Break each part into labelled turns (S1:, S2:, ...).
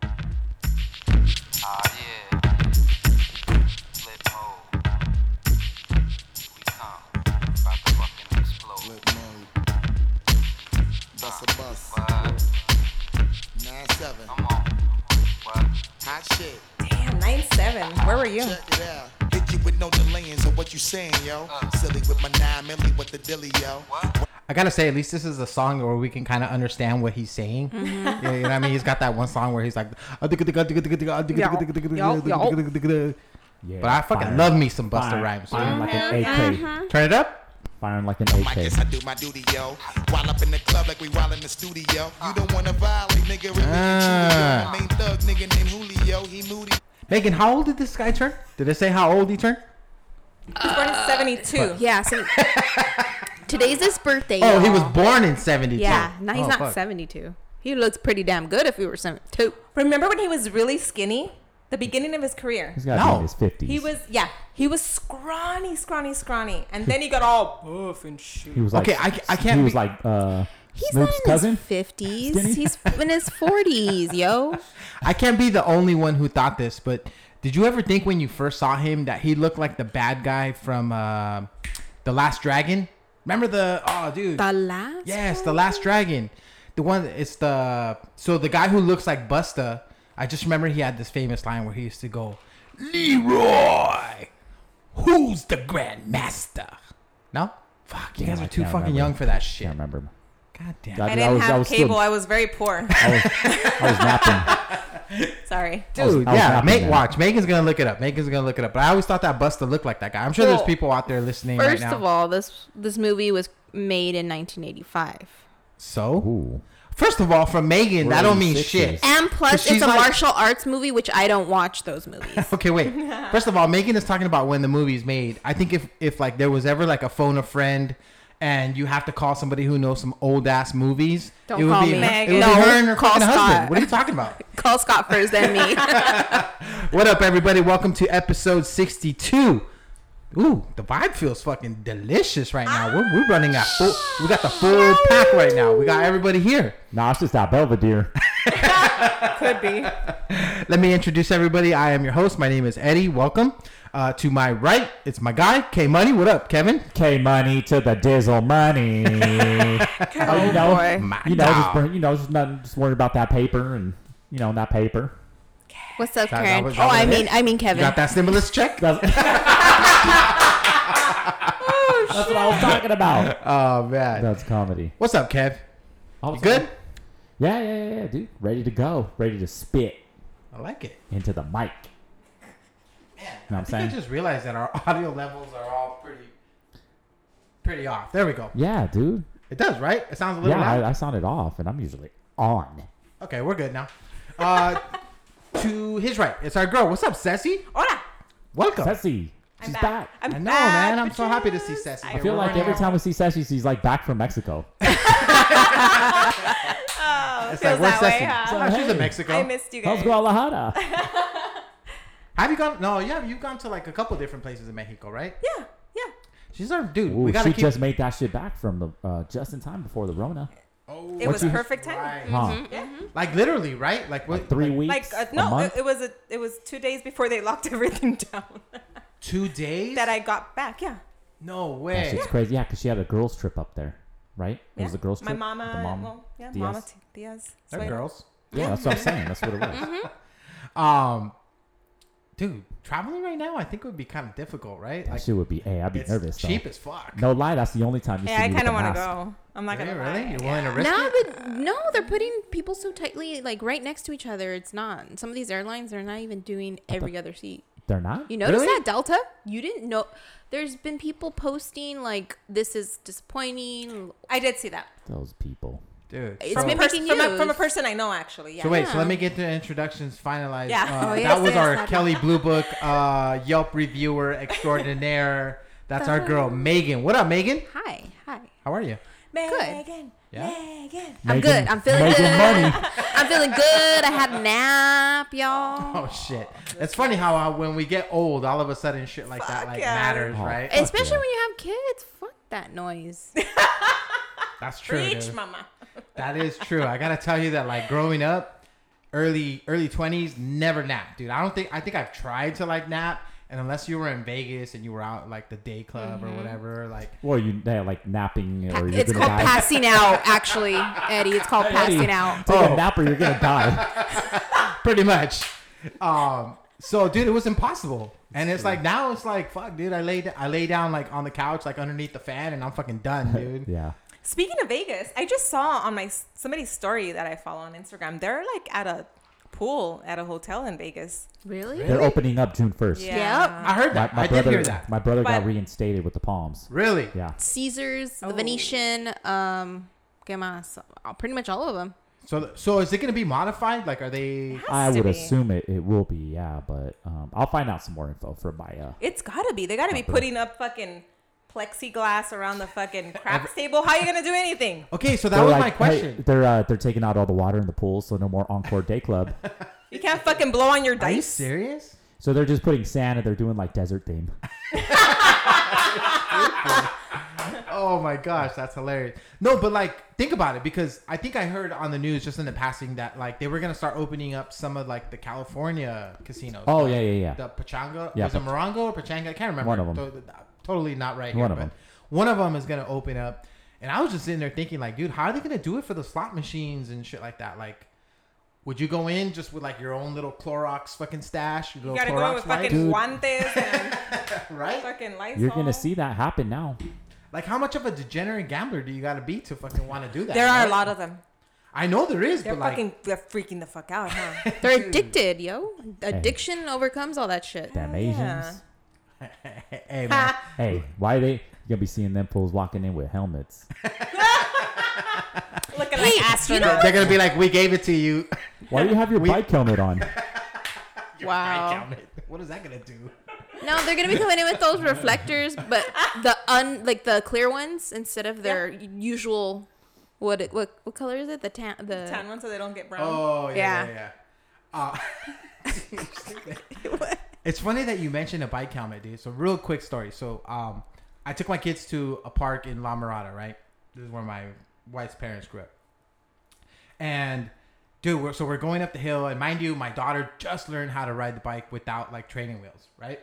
S1: Ah,
S2: 97.
S1: Come on. What?
S2: Hot shit.
S3: Damn, 97. Where were you?
S2: Check it out. Hit you with no delaying, so what you saying, yo? Silly with my nine milli with the dilly, yo.
S1: What?
S4: I gotta say, at least this is a song where we can kind of understand what he's saying.
S5: Mm-hmm.
S4: Yeah, you know what I mean? He's got that one song where he's like, "Ah, but
S6: Yeah,
S4: I fucking love me some Busta Rhymes.
S6: Firing like
S3: Uh-huh,
S6: an AK.
S4: Turn it up.
S6: Firing like an
S2: I guess I
S6: AK.
S2: do my duty, yo. While up in the club like we while in the studio. You don't wanna violate, nigga. Really,
S4: Ah.
S2: ah. Main thug, nigga named Julio. He moody.
S4: Megan, how old did this guy turn? Did it say how old he turned?
S3: He's born in 72.
S5: Yeah. So today's his birthday.
S4: Oh, he
S5: y'all.
S4: was born in 72.
S5: Yeah. No, he's
S4: Oh,
S5: not
S4: fuck.
S5: 72. He looks pretty damn good if he were 72.
S3: Remember when he was really skinny? The beginning of his career.
S6: He's got to be
S4: No.
S6: in his 50s.
S3: He was, yeah, he was scrawny, scrawny, scrawny. And then he got all buff and
S6: He
S3: shit.
S6: was like,
S4: Okay, I- I can't
S6: He was
S4: be-
S6: like uh,
S5: He's
S6: Snoop's
S5: not in
S6: cousin.
S5: his 50s.
S6: Skinny?
S5: He's in his 40s, yo.
S4: I can't be the only one who thought this, but did you ever think when you first saw him that he looked like the bad guy from uh, The Last Dragon? Remember the. Oh, dude.
S5: The last.
S4: Yes,
S5: one?
S4: the last dragon. The one it's the so the guy who looks like Busta. I just remember he had this famous line where he used to go, "Leroy, who's the Grand Master?" No, fuck, you guys
S6: I
S4: are too
S6: can't
S4: fucking
S6: remember.
S4: young for that
S6: I
S4: shit.
S6: can't remember.
S4: God damn.
S6: God,
S3: I
S6: I
S3: didn't
S6: was- I
S3: have
S6: was still-
S3: cable. I was very poor.
S6: I was, I was napping.
S3: Sorry.
S6: was-
S4: Dude,
S6: I was
S4: yeah,
S6: happy
S4: make
S6: then.
S4: watch. Megan's gonna look it up. Megan's gonna look it up. But I always thought that Busta looked like that guy. I'm sure there's
S5: Well,
S4: people out there listening right
S5: First
S4: now.
S5: of all, this this movie was made in 1985.
S4: so
S6: Ooh.
S4: first of all, from Megan, that
S6: We're
S4: don't
S6: in
S4: mean
S6: the
S4: shit.
S6: 60s.
S5: And
S4: But
S5: plus,
S4: she's
S5: it's a
S4: like-
S5: martial arts movie, which I don't watch those movies.
S4: Okay, wait. First of all, Megan is talking about when the movie's made. I think if if like there was ever like a phone a friend and you have to call somebody who knows some old ass movies,
S5: Don't
S4: it would
S5: call
S4: be
S5: me.
S4: it would
S3: No,
S4: be her and her
S5: call
S4: fucking husband.
S5: Scott.
S4: What are you talking about?
S5: Call Scott first, then me.
S4: what up, everybody? Welcome to episode sixty two. Ooh, the vibe feels fucking delicious right now. We're, we're running out. Full, we got the full pack right now. We got everybody here.
S6: Nah, it's just that Belvedere.
S3: Could be.
S4: Let me introduce everybody. I am your host. My name is Eddie. Welcome. Uh, to my right, it's my guy K Money. What up, Kevin?
S6: K money to the Dizzle money. oh, you know,
S5: boy.
S4: My
S6: you know,
S4: dog.
S6: just, bring- you know, just nothing, just worry about that paper and you know that paper.
S5: What's up,
S4: That- that
S5: Karen?
S4: was- that
S5: oh,
S4: was
S5: I
S4: it?
S5: mean, I mean
S4: You
S5: Kevin.
S4: got that stimulus check?
S6: That's,
S3: Oh,
S6: That's what I was talking about.
S4: Oh man.
S6: That's comedy.
S4: What's up, Kev?
S6: I
S4: You
S6: was
S4: good?
S6: like, Yeah, yeah, yeah, yeah, dude. Ready to go. Ready to spit
S4: I like it.
S6: into the mic. know what I'm
S4: I think I
S6: saying?
S4: just realized that our audio levels are all pretty pretty off. There we go.
S6: Yeah, dude.
S4: It does, right? It sounds a little
S6: Yeah,
S4: loud.
S6: I, I sounded off, and I'm usually on.
S4: Okay, we're good now. Uh to his right, it's our girl. What's up, Ceci?
S3: Hola.
S4: Welcome.
S6: Sassy, she's back.
S3: I'm
S4: I know,
S3: back,
S4: man. I'm so happy to see
S3: bitches.
S4: Ceci.
S6: I feel like every time we see Sassy, she's like back from Mexico.
S3: Oh,
S4: it's like
S3: feels
S4: we're
S3: that way,
S4: Ceci.
S3: huh?
S4: Oh, she's in
S6: Hey.
S4: Mexico.
S3: I missed you
S6: How's
S3: guys.
S6: Guadalajara?
S4: Have you gone? No, yeah, you've gone to like a couple different places in Mexico, right?
S3: Yeah, yeah.
S4: She's our dude.
S6: Ooh,
S4: we gotta
S6: she
S4: keep.
S6: just made that shit back from the uh, just in time before the Rona.
S4: oh,
S3: It
S6: What
S3: was
S6: you-
S3: perfect time.
S4: right.
S6: Huh?
S4: Like literally, right? Like what?
S6: Three Mm-hmm. weeks.
S3: Mm-hmm. Like uh,
S6: a
S3: no,
S6: month?
S3: it, it was a, it was two days before they locked everything down
S4: Two days?
S3: that I got back. Yeah,
S4: no
S6: That
S4: way.
S6: shit's crazy. Yeah, because she had a girls trip up there, right? It was
S3: yeah.
S6: a girls trip.
S3: My
S6: with
S3: mama,
S6: the mom.
S3: well, yeah,
S6: Diaz.
S3: mama T- Diaz.
S4: They're
S3: Suegra.
S4: girls.
S6: Yeah, that's what I'm saying. That's what it was.
S4: Um, dude, traveling right now, I think would be kind of difficult, right?
S6: That
S4: Like,
S6: shit would be. Hey, I'd be
S4: it's
S6: nervous. though.
S4: cheap as fuck.
S6: No lie, that's the only time you
S3: Hey,
S6: see
S3: I
S6: me
S3: kind of
S6: want to
S3: go. I'm not
S4: Really?
S3: gonna
S4: really?
S3: lie.
S4: You're willing to risk
S5: no,
S4: it?
S5: but no, they're putting people so tightly, like right next to each other. It's not. Some of these airlines are not even doing every other seat.
S6: They're not.
S5: You notice
S4: Really?
S5: that Delta? You didn't know. There's been people posting like this is disappointing.
S3: I did see that
S6: Those people.
S4: Dude.
S5: It's
S4: so,
S5: been-
S3: Pers-
S5: Making
S3: from, a,
S5: news.
S3: from a person I know actually. Yeah.
S4: so wait, so
S5: Yeah.
S4: let me get the introductions finalized.
S3: Yeah.
S4: Uh,
S5: Oh,
S4: that
S5: yes,
S4: was
S5: yes,
S4: our
S5: that-
S4: Kelly Blue Book uh, Yelp reviewer extraordinaire. That's our girl, Megan. What up, Megan?
S5: Hi, hi.
S4: How are you?
S3: Megan,
S4: Yeah?
S3: Megan.
S5: I'm
S6: Making-
S5: good. I'm feeling
S6: making
S5: good.
S6: money.
S5: I'm feeling good. I had a nap, y'all.
S4: Oh, shit. It's funny how uh, when we get old, all of a sudden shit like that
S3: Fuck
S4: like
S3: yeah.
S4: matters,
S6: Oh.
S4: right?
S6: It's-
S5: Especially
S6: yeah.
S5: when you have kids. Fuck that noise.
S4: That's true.
S3: Preach,
S4: dude.
S3: mama.
S4: That is true. I gotta tell you that like growing up, early early twenties, never nap, dude. I don't think I think I've tried to like nap And unless you were in Vegas and you were out like the day club
S6: Mm-hmm.
S4: or whatever, like
S6: Well, you yeah, like napping or you're
S5: It's
S6: gonna
S5: called
S6: die.
S5: passing out, actually, Eddie. It's called passing out.
S6: Take a nap or you're gonna die.
S4: pretty much. Um, so dude, it was impossible. And it's like now it's like fuck, dude. I laid I lay down like on the couch, like underneath the fan, and I'm fucking done, dude.
S6: Yeah.
S3: Speaking of Vegas, I just saw on my somebody's story that I follow on Instagram. They're like at a pool at a hotel in Vegas.
S5: Really?
S6: They're opening up June first.
S4: I heard
S6: My,
S4: that.
S6: Uh, my
S4: I
S6: brother,
S4: did hear that.
S6: My brother got
S3: But-
S6: reinstated with the Palms.
S4: Really?
S6: Yeah.
S5: Caesars,
S3: Oh.
S5: the Venetian, um, ¿qué más? Uh, Pretty much all of them.
S4: So so is it gonna be modified? Like, are they?
S3: Has
S6: I
S3: to
S6: would
S3: be.
S6: assume it, it will be, yeah, but um, I'll find out some more info from my. Uh,
S3: It's gotta be. They gotta be
S6: Proper.
S3: putting up fucking plexiglass around the fucking craps table. How you gonna do anything?
S4: Okay, so that
S6: They're
S4: was
S6: like,
S4: my
S6: hey,
S4: question.
S6: they're uh, they're taking out all the water in the pool, so no more Encore Day Club.
S3: You can't fucking blow on your
S4: Are you
S3: dice.
S4: serious?
S6: so they're just putting sand and they're doing like desert theme.
S4: Oh my gosh, that's hilarious. No, but like think about it because I think I heard on the news just in the passing that like they were gonna start opening up some of like the California casinos.
S6: Oh
S4: Like,
S6: yeah, yeah, yeah.
S4: the Pachanga.
S6: Yeah,
S4: was it
S6: Pach-
S4: Morongo or Pachanga? I can't remember.
S6: One of 'em.
S4: To- Totally not right here.
S6: One of
S4: but
S6: 'em.
S4: One of them is gonna open up, and I was just sitting there thinking, like, dude, how are they gonna do it for the slot machines and shit like that? Like, would you go in just with like your own little Clorox fucking stash? Your
S3: You
S4: little
S3: gotta
S4: Clorox
S3: go in with
S4: wipes?
S3: fucking
S6: Dude.
S3: guantes and
S4: right?
S3: fucking lights.
S6: You're gonna see that happen now.
S4: Like, how much of a degenerate gambler do you gotta be to fucking want to do that?
S3: There are a
S4: right?
S3: lot of them.
S4: I know there is,
S3: They're
S4: but like,
S3: fucking they're freaking the fuck out, huh?
S5: They're addicted, yo. Addiction overcomes all that shit.
S6: Damn
S3: Oh, Yeah.
S6: Asians.
S4: hey man,
S6: Hey, why are they you're gonna be seeing them fools walking in with helmets?
S3: Looking
S5: Hey,
S3: like
S5: you
S3: astronauts.
S5: know-
S4: they're gonna be like, we gave it to you.
S6: Why do you have your bike helmet on?
S5: Wow.
S4: what is that gonna do?
S5: No, they're gonna be coming in with those reflectors, but the un like the clear ones instead of their usual. What it- what what color is it? The tan the
S3: Tan one so they don't get brown.
S4: Oh yeah,
S5: Yeah.
S4: yeah. yeah. Uh, it's funny that you mentioned a bike helmet, dude. So real quick story. So um, I took my kids to a park in La Mirada, right? This is where my wife's parents grew up. And dude, we're, so we're going up the hill, and mind you, my daughter just learned how to ride the bike without like training wheels, right?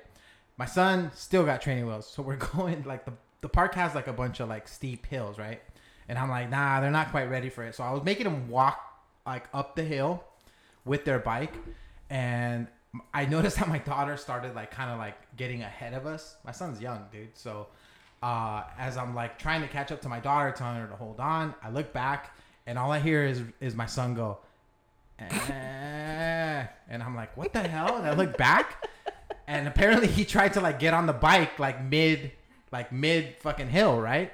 S4: My son still got training wheels, so we're going like the the park has like a bunch of like steep hills, right? And I'm like, nah, they're not quite ready for it. So I was making them walk like up the hill with their bike, and I noticed that my daughter started like kind of like getting ahead of us. My son's young, dude, so uh, as I'm like trying to catch up to my daughter, telling her to hold on. I look back, and all I hear is is my son go, "Eh," and I'm like, "What the hell?" And I look back, and apparently he tried to like get on the bike like mid, like mid fucking hill, right?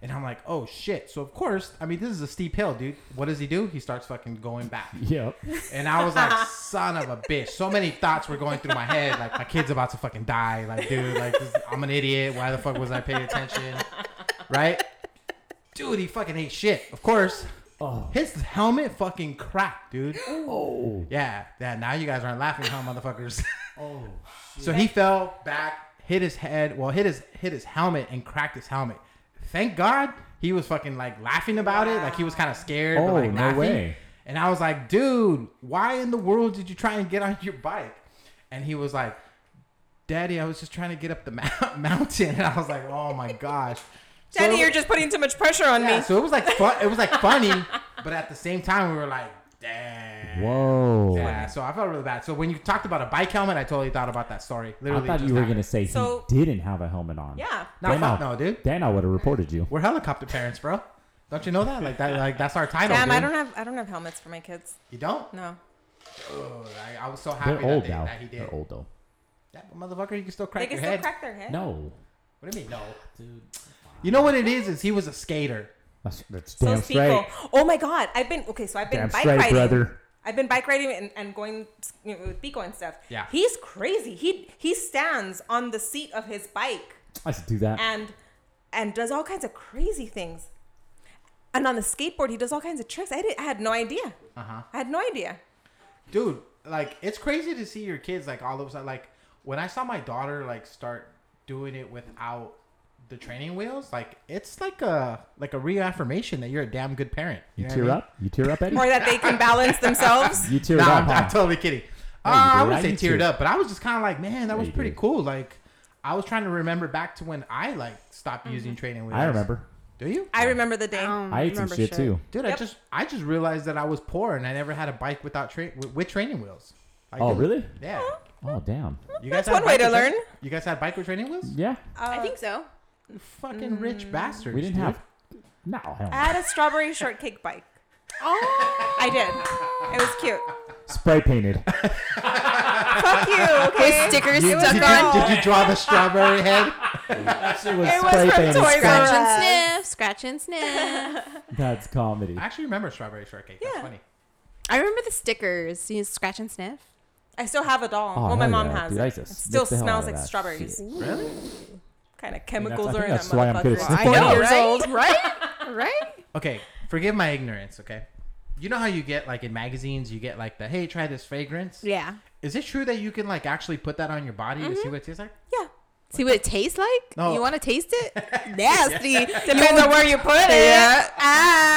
S4: And I'm like, "Oh shit!" So of course, I mean, this is a steep hill, dude. What does he do? He starts fucking going back.
S6: yep.
S4: And I was like, son of a bitch. So many thoughts were going through my head. Like, my kid's about to fucking die. Like, dude, like, this, I'm an idiot. Why the fuck was I paying attention? Right? Dude, he fucking ate shit. Of course.
S6: Oh.
S4: His helmet fucking cracked, dude.
S6: Oh.
S4: Yeah, yeah. Now you guys aren't laughing, huh, motherfuckers? oh. So he fell back, hit his head. Well, hit his hit his helmet and cracked his helmet. Thank God he was fucking like laughing about it. Like he was kind of scared. but,
S6: Oh,
S4: like,
S6: no
S4: laughing.
S6: way.
S4: And I was like, dude, why in the world did you try and get on your bike? And he was like, Daddy, I was just trying to get up the mou- mountain. And I was like, oh my gosh. So
S3: Daddy,
S4: it-
S3: you're just putting too much pressure on
S4: yeah,
S3: me.
S4: so it was like fun. It was like funny, but at the same time, we were like, damn.
S6: Whoa.
S4: Yeah, so I felt really bad. So when you talked about a bike helmet, I totally thought about that story. Literally,
S6: I thought
S4: just
S6: you were
S4: happened.
S6: gonna say
S3: So-
S6: he didn't have a helmet on.
S3: Yeah.
S4: No,
S6: Then
S4: fuck
S6: I'll-
S4: no, dude.
S6: Then I would have reported you.
S4: We're helicopter parents, bro. Don't you know that? Like that, like that's our title.
S3: Damn,
S4: dude.
S3: I don't have I don't have helmets for my kids.
S4: You don't?
S3: No.
S4: Oh, I, I was so happy
S6: They're old
S4: that, they,
S6: now.
S4: that he did.
S6: They're old though.
S4: That motherfucker, you can still
S3: They
S4: crack
S3: can
S4: your
S3: still
S4: head.
S3: crack their head.
S6: No.
S4: What do you mean, no, dude? You know what it is? Is he was a skater.
S6: That's, that's
S3: So
S6: damn
S3: speak
S6: straight.
S3: low. Oh my god, I've been okay. So I've been
S6: Damn
S3: bike
S6: straight,
S3: riding.
S6: brother.
S3: I've been bike riding and, and going you know, with Pico and stuff.
S4: Yeah.
S3: he's crazy. He he stands on the seat of his bike
S6: I should do that.
S3: and and does all kinds of crazy things. And on the skateboard, he does all kinds of tricks. I, did, I had no idea.
S4: Uh-huh.
S3: I had no idea.
S4: dude like it's crazy to see your kids like all of a sudden like when i saw my daughter like start doing it without the training wheels like it's like a like a reaffirmation that you're a damn good parent
S6: You
S4: know
S6: tear
S4: what I mean?
S6: up? You tear up, Eddie?
S3: Or that they can balance themselves.
S6: You tear
S4: no
S6: up,
S4: I'm, I'm
S6: huh?
S4: totally kidding Uh,
S6: you
S4: I
S6: did.
S4: would
S6: I
S4: say
S6: used
S4: teared
S6: to.
S4: up, but I was just kind of like, man, that was
S6: you
S4: pretty
S6: did.
S4: cool. Like, I was trying to remember back to when I like stopped using training wheels.
S6: I remember.
S4: Do you?
S3: Mm, I remember the day.
S5: don't
S6: I ate some
S5: remember
S6: shit, too.
S4: Dude, I
S3: Yep.
S4: just I just realized that I was poor and I never had a bike without tra- with, with training wheels. Like,
S6: Oh, really?
S4: Yeah.
S6: Oh, damn.
S4: You
S3: That's
S4: had
S3: one
S4: bike
S3: way to
S4: with tra-
S3: learn.
S4: you guys had bike with training wheels?
S6: Yeah.
S5: I
S3: Uh,
S5: think so.
S4: You fucking
S3: Mm.
S4: rich bastards.
S6: We didn't
S4: dude.
S6: have. No, hell
S3: I
S6: no.
S3: had a strawberry shortcake bike.
S5: Oh,
S3: I did. It was cute.
S6: Spray painted.
S3: Fuck you. Okay.
S5: with stickers
S4: You-
S5: stuck
S4: did,
S5: on.
S4: you, did you draw the strawberry head?
S6: It was
S3: It was from Toys R
S5: Scratch
S3: Us.
S5: and sniff, scratch and sniff.
S6: That's comedy.
S4: I actually remember strawberry shortcake. That's
S3: Yeah.
S4: funny.
S5: I remember the stickers. You scratch and sniff.
S3: I still have a doll.
S6: Oh,
S3: well, my
S6: hell
S3: mom
S6: yeah,
S3: has
S6: dude, I
S3: it.
S6: used to
S3: It
S6: sniff
S3: still
S6: the hell
S3: smells
S6: out of
S3: like
S6: that
S3: strawberries.
S4: Really?
S3: kind of
S6: I think
S3: chemicals are in that
S6: that's why I'm good at
S3: motherfucker.
S6: sniffing. I know,
S5: right?
S3: right? right?
S4: Okay, forgive my ignorance. Okay, you know how you get like in magazines, you get like the hey, try this fragrance.
S5: Yeah.
S4: Is it true that you can like actually put that on your body to
S3: Mm-hmm.
S4: see what it tastes like?
S3: Yeah.
S5: See what it tastes like?
S4: No.
S5: You want to taste it? Nasty.
S3: Depends on where you put it.
S5: Yeah.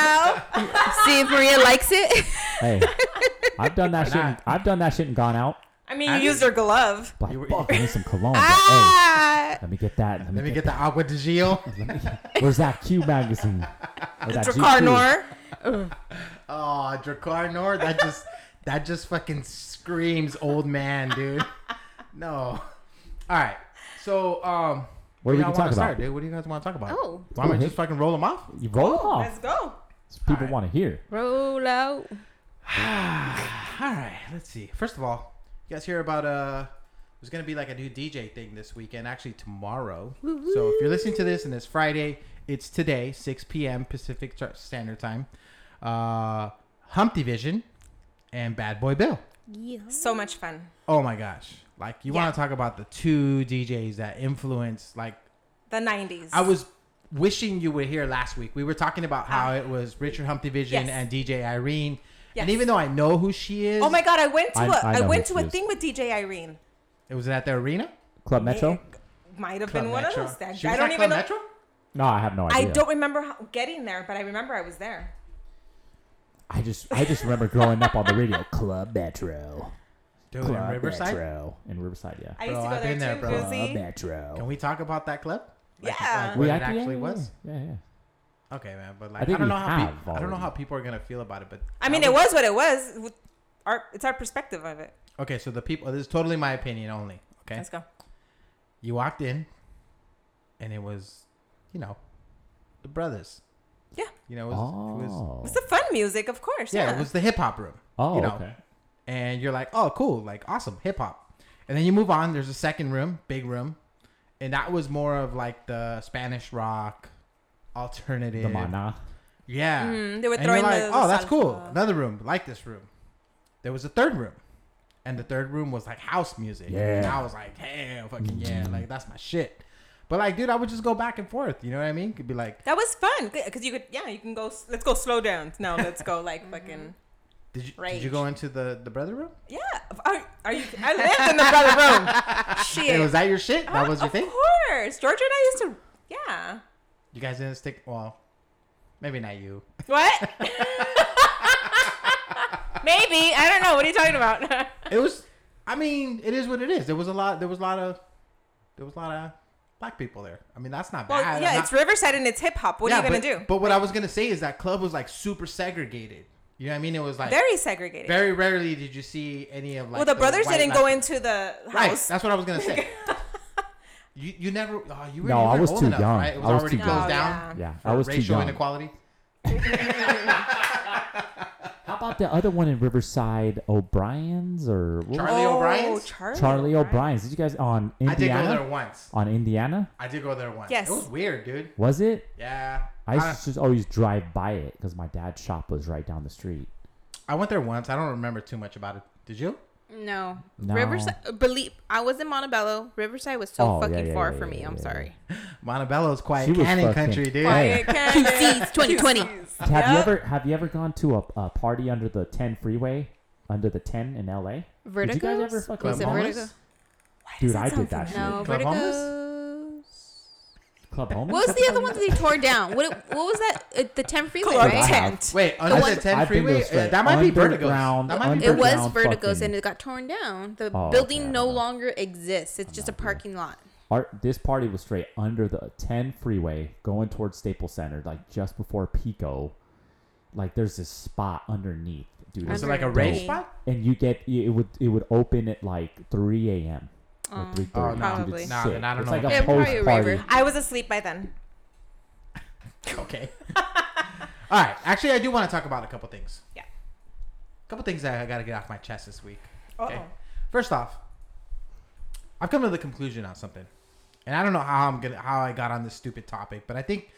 S5: Ow. See if Maria likes it.
S6: Hey, I've done that shit. in-
S4: not?
S6: I've done that shit and gone out.
S3: I mean, you
S4: I-
S3: used your glove.
S6: Like,
S4: You were-
S6: fuck, I need some cologne. but, hey,
S5: ah.
S6: let me get that. Let me,
S4: Let me get the Agua de Gio.
S6: that. Where's that Q magazine? Or that GQ?
S3: Dracarnor.
S4: oh, Dracar Nor. That just that just fucking screams old man, dude. No. All right. So um,
S6: What are we
S4: y'all
S6: gonna
S4: wanna
S6: talk
S4: start,
S6: about?
S4: dude? What do you guys want to talk about?
S5: Oh.
S4: why don't we
S6: Okay.
S4: just fucking roll them off?
S6: You roll it off.
S3: Let's go.
S6: People want to hear.
S5: Roll out.
S4: All right, let's see. First of all, you guys hear about uh there's gonna be like a new DJ thing this weekend, actually tomorrow. So if you're listening to this and it's Friday, it's today, 6 p.m. Pacific Tr- Standard Time. Uh, Humpty Vision and Bad Boy Bill.
S5: Yeah.
S3: So much fun.
S4: Oh my gosh! Like you
S3: Yeah.
S4: want to talk about the two DJs that influenced like
S3: The 90s.
S4: I was wishing you were here last week. We were talking about how it was Richard Humpty Vision
S3: Uh-huh. Yes.
S4: and DJ Irene. And
S3: Yes.
S4: even though I know who she is,
S3: Oh my god, I went to
S6: I-
S3: a
S6: I
S3: I
S6: know
S3: went
S6: who
S3: to a
S6: she is.
S3: thing with DJ Irene.
S4: it was at the arena.
S6: Club Metro?
S3: Might have
S4: Club
S3: been one
S4: Metro.
S3: of those things.
S4: She
S3: I
S4: was
S3: don't
S4: at
S3: even
S4: Club
S3: know.
S4: Metro?
S6: No, I have no
S3: I
S6: idea.
S3: don't remember how, getting there, but I remember I was there.
S6: I just, I just remember growing up on the radio. Club Metro.
S4: Dude, in
S6: Club
S4: Riverside.
S6: Metro. In Riverside, yeah.
S3: I used
S4: Bro,
S3: to go
S4: I've
S3: there
S4: been there,
S3: too,
S4: bro.
S6: Club
S3: Josie.
S6: Metro.
S4: Can we talk about that club? Like,
S3: Yeah.
S4: like
S3: We
S4: what
S6: We
S4: it
S6: yeah,
S4: actually
S6: yeah,
S4: was.
S6: Yeah, yeah.
S4: Okay, man. But like, I,
S6: think
S4: don't
S6: we
S4: know how
S6: have
S4: peop I don't know
S6: already.
S4: how people are gonna feel about it. But
S3: I mean,
S4: that
S3: it was what it was. With Our, it's our perspective of it.
S4: Okay, so the people. This is totally my opinion only. Okay,
S3: Let's go.
S4: you walked in, and it was, you know, the brothers.
S3: Yeah.
S4: You know, it was, it was
S6: Oh.
S3: It's the fun music, of course.
S4: yeah,
S3: Yeah,
S4: it was the hip hop room.
S6: Oh,
S4: you know,
S6: okay.
S4: and you're like, oh, cool, like awesome hip hop, and then you move on. There's a second room, big room, and that was more of like the Spanish rock, alternative.
S6: Come on now.
S4: Yeah.
S3: Mm, they were
S4: and you're
S3: throwing
S4: like,
S3: the- the
S4: oh, that's
S3: salsa.
S4: cool. Another room like this room. There was a third room, and the third room was like house music. and
S6: Yeah.
S4: I was like, hell, fucking yeah, like that's my shit. But like, dude, I would just go back and forth. You know what I mean? Could be like,
S3: that was fun because you could. Yeah, you can go. s- Let's go slow down. No, let's go like fucking.
S4: Mm-hmm. did you did you
S3: Rage.
S4: go into the the brother room?
S3: Yeah, are, are you? I lived in the brother room.
S4: Hey,
S3: Shit,
S4: was that your shit? That was your
S3: of
S4: thing.
S3: course. Georgia and I used to. Yeah.
S4: You guys didn't stick. Well, maybe not you.
S3: What? Maybe I don't know. What are you talking about?
S4: It was. I mean, it is what it is. There was a lot. There was a lot of. There was a lot of black people there. I mean, that's not
S3: well,
S4: bad. I'm
S3: yeah,
S4: not-
S3: it's Riverside and it's hip hop. What are you gonna
S4: but,
S3: do?
S4: But what I was gonna say is that club was like super segregated. You know what I mean? It was like very,
S3: Very segregated.
S4: rarely did you see any of like.
S3: well, the brothers
S4: white
S3: didn't go
S4: lash-
S3: into the
S4: Right,
S3: house.
S4: that's what I was gonna say. you you never oh, you were
S6: No,
S4: you
S6: I
S4: were
S6: was
S4: old
S6: too
S4: enough,
S6: young.
S4: Right? It was,
S6: I was
S4: already
S6: too
S4: closed
S6: young.
S3: Oh,
S4: down.
S6: Yeah,
S4: for
S6: I was too
S4: racial
S6: young.
S4: inequality.
S6: How about the other one in Riverside, O'Brien's or what was-
S4: Charlie
S3: oh,
S4: O'Brien's?
S3: Charlie,
S6: Charlie O'Brien's? Did you guys on
S4: I did go there
S6: Indiana?
S4: once.
S6: On Indiana,
S4: I did go there once.
S3: Yes.
S4: it was weird, dude.
S6: was it?
S4: Yeah,
S6: I
S4: I,
S6: used
S4: don't-
S6: to just always drive by it because my dad's shop was right down the street.
S4: I went there once. I don't remember too much about it. Did you?
S5: No.
S6: No.
S5: Riverside. uh, Believe I was in Montebello. Riverside was so
S6: Oh, yeah,
S5: fucking
S6: yeah,
S5: far
S6: yeah,
S5: for
S6: yeah,
S5: me. I'm
S6: yeah,
S5: sorry.
S4: Montebello's quiet
S6: She was
S4: cannon
S6: fucking-
S4: country, dude.
S6: Hey,
S5: QC's 2020.
S6: have you ever have you ever gone to a, a party under the 10 freeway, under the 10 in LA? Did
S5: Vertigo.
S6: you guys ever fucking
S5: Was it
S4: Club
S5: Vertigo?
S4: Homeless?
S6: Dude, I did that shit.
S5: No,
S4: Club
S5: Vertigo.
S4: Homeless?
S6: Club Home.
S5: What was the other one that they tore down? What what was that? Uh, the 10 freeway,
S3: Club
S5: right?
S3: 10.
S4: Wait, under
S5: one-
S4: the 10
S6: I've been
S4: freeway?
S6: to a
S4: Uh, that might be Vertigo's.
S6: underground-
S4: That might be
S5: It was
S6: Underground
S5: Vertigo's
S6: fucking-
S5: and it got torn down. The
S6: Oh,
S5: building
S6: okay, I
S5: no
S6: don't know.
S5: longer exists. It's just a parking lot.
S6: Our, this party was straight under the 10 freeway going towards Staples Center, like just before Pico. Like there's this spot underneath, dude.
S4: Was
S6: it's-
S4: it like a
S5: Underground.
S4: rave spot?
S6: and you get it would it would open at like 3 a.m. or 3:30.
S5: Oh.
S4: Oh,
S6: dude,
S4: no.
S6: it's
S3: Probably.
S4: Nah,
S6: sick.
S4: then I don't
S6: it's
S4: know.
S6: like a
S5: Yeah, probably
S6: post
S5: a
S6: party.
S5: raver.
S3: I was asleep by then.
S4: Okay. All right. Actually, I do want to talk about a couple things.
S3: Yeah.
S4: A couple things that I got to get off my chest this week.
S3: Uh-oh.
S4: First off, I've come to the conclusion on something, and I don't know how I'm gonna how I got on this stupid topic, but I think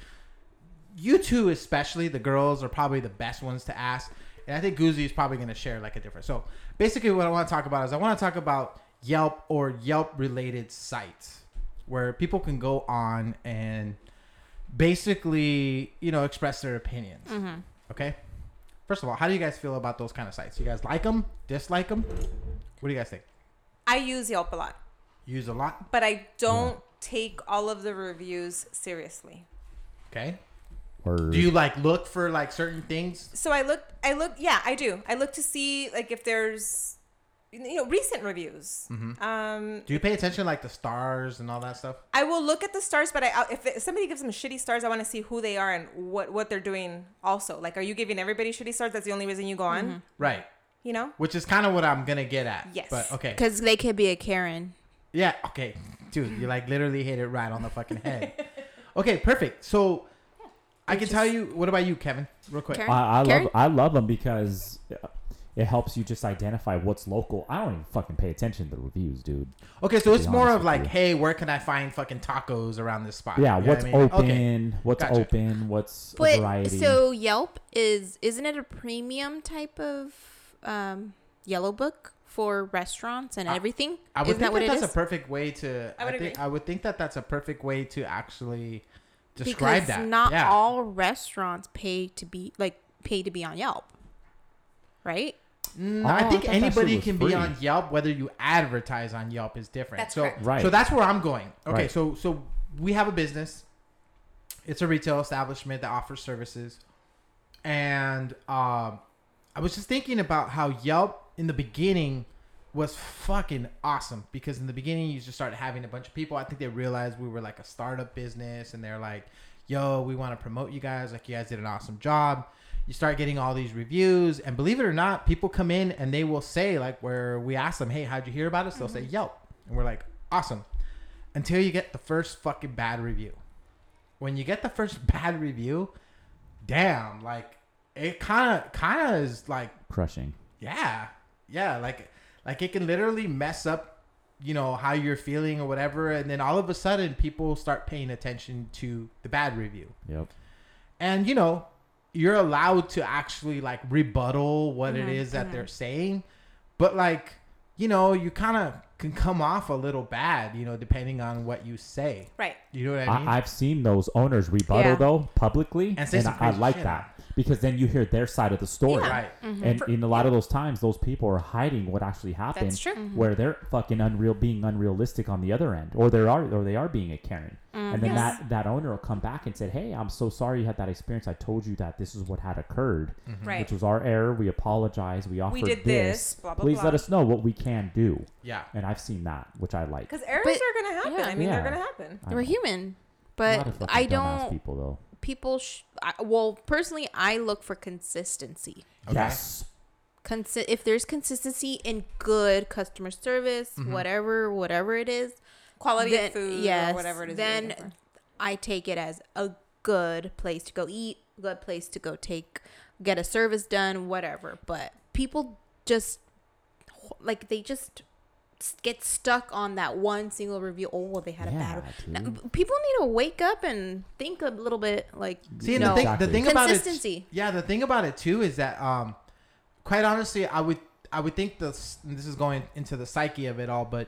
S4: you two, especially the girls, are probably the best ones to ask, and I think Guzzi is probably gonna share like a different. So basically, what I want to talk about is I want to talk about Yelp or Yelp related sites where people can go on and basically you know express their opinions. Okay. First of all, how do you guys feel about those kind of sites? You guys like them? Dislike them? What do you guys think?
S3: I use Yelp a lot,
S4: Use a lot.
S3: but I don't take all of the reviews seriously.
S4: Okay.
S6: Word.
S4: Do you like look for like certain things?
S3: So I look, I look, yeah, I do. I look to see like if there's, you know, recent reviews.
S6: Mm-hmm.
S3: Um,
S4: Do you pay attention like the stars and all that stuff?
S3: I will look at the stars, but I I'll- if it- somebody gives them shitty stars, I want to see who they are and what what they're doing. Also, like, are you giving everybody shitty stars? That's the only reason you go on.
S5: Mm-hmm.
S4: Right.
S3: You know?
S4: Which is kind of what I'm gonna get at.
S3: Yes.
S4: But okay.
S5: Because they could be a Karen.
S4: Yeah. Okay, dude, you like literally hit it right on the fucking head. okay, perfect. So I can tell you. What about you, Kevin? Real quick.
S5: Karen?
S6: I, I
S5: Karen?
S6: love I love them because it helps you just identify what's local. I don't even fucking pay attention to the reviews, dude.
S4: Okay, so it's
S6: be
S4: more
S6: honest
S4: of
S6: with
S4: like,
S6: you.
S4: hey, where can I find fucking tacos around this spot?
S6: Yeah,
S4: You know
S6: what's
S4: what I mean?
S6: open?
S4: Okay.
S6: What's
S4: Gotcha.
S6: open? What's a
S5: But
S6: variety?
S5: so Yelp is isn't it a premium type of um, yellow book for restaurants and everything?
S4: I would think
S5: Isn't that what
S4: that
S5: it
S4: that's
S5: is?
S4: a perfect way to.
S3: I would
S4: think,
S3: agree.
S4: I would think that that's a perfect way to actually describe
S5: because
S4: that.
S5: not
S4: yeah.
S5: all restaurants pay to be like pay to be on Yelp, right?
S4: Mm,
S6: Oh,
S4: I
S6: I
S4: think
S6: thought that shit
S4: anybody
S6: was
S4: can
S6: free.
S4: be on Yelp. Whether you advertise on Yelp is different.
S3: That's
S4: so,
S3: correct.
S6: Right.
S4: so that's where I'm going. Okay,
S6: Right.
S4: so so we have a business. It's a retail establishment that offers services, and um, I was just thinking about how Yelp in the beginning was fucking awesome because in the beginning you just started having a bunch of people. I think they realized we were like a startup business, and they're like, "Yo, we want to promote you guys. Like, you guys did an awesome job." You start getting all these reviews, and believe it or not, people come in and they will say like, "Where we ask them, hey, how'd you hear about us?" They'll say Yelp, and we're like, "Awesome." Until you get the first fucking bad review. When you get the first bad review, damn, like it kind of kind of is like
S6: crushing.
S4: yeah. Yeah, like like it can literally mess up, you know, how you're feeling or whatever and then all of a sudden people start paying attention to the bad review.
S6: Yep.
S4: And you know, you're allowed to actually like rebuttal what it is that they're saying, but like, you know, you kind of can come off a little bad, you know, depending on what you say.
S3: Right.
S4: You know what I mean?
S6: I, I've seen those owners rebuttal
S5: Yeah.
S6: though publicly,
S4: And
S6: and,
S4: say some
S6: I, I
S4: crazy
S6: like
S4: shit.
S6: that because then you hear their side of the story.
S3: Yeah. Mm-hmm.
S4: right.
S6: And in a lot of those times, those people are hiding what actually happened.
S3: That's true. Mm-hmm.
S6: Where they're fucking unreal, being unrealistic on the other end, or they are, or they are being a Karen. and then
S3: Mm, Yes.
S6: that that owner will come back and said, "Hey, I'm so sorry you had that experience. I told you that this is what had occurred,
S3: Right.
S6: Mm-hmm. which was our error. We apologize. We offered
S3: Mm-hmm. did this,
S6: this.
S3: blah, blah,
S6: Please
S3: blah."
S6: let us know what we can do."
S4: Yeah.
S6: And I've seen that, which I like.
S3: Because errors
S5: But-
S3: are gonna happen.
S5: yeah.
S3: I mean,
S6: Yeah.
S3: they're gonna happen.
S6: I
S5: We're
S6: know.
S5: human,
S6: A lot
S5: but
S6: of fucking
S5: I
S6: dumbass
S5: don't.
S6: people though.
S5: People, sh- I, well, personally, I look for consistency.
S4: Okay.
S6: Yes.
S5: Consi- if there's consistency in good customer service, whatever, whatever it is,
S3: Mm-hmm. Quality
S5: then-
S3: of food,
S5: yes,
S3: or whatever it is. you're
S5: Then
S3: looking for.
S5: I take it as a good place to go eat, good place to go take, get a service done, whatever. But people just like they just s- get stuck on that one single review. Oh, well, they had a bad.
S6: Yeah,
S5: Now,
S6: dude.
S5: b- people need to wake up and think a little bit. Like,
S4: See,
S5: you
S4: and
S5: know,
S4: the thing, the
S6: Exactly.
S4: thing about it,
S5: Consistency.
S4: yeah, the thing about it too is that, um, quite honestly, I would, I would think this, and this is going into the psyche of it all, but,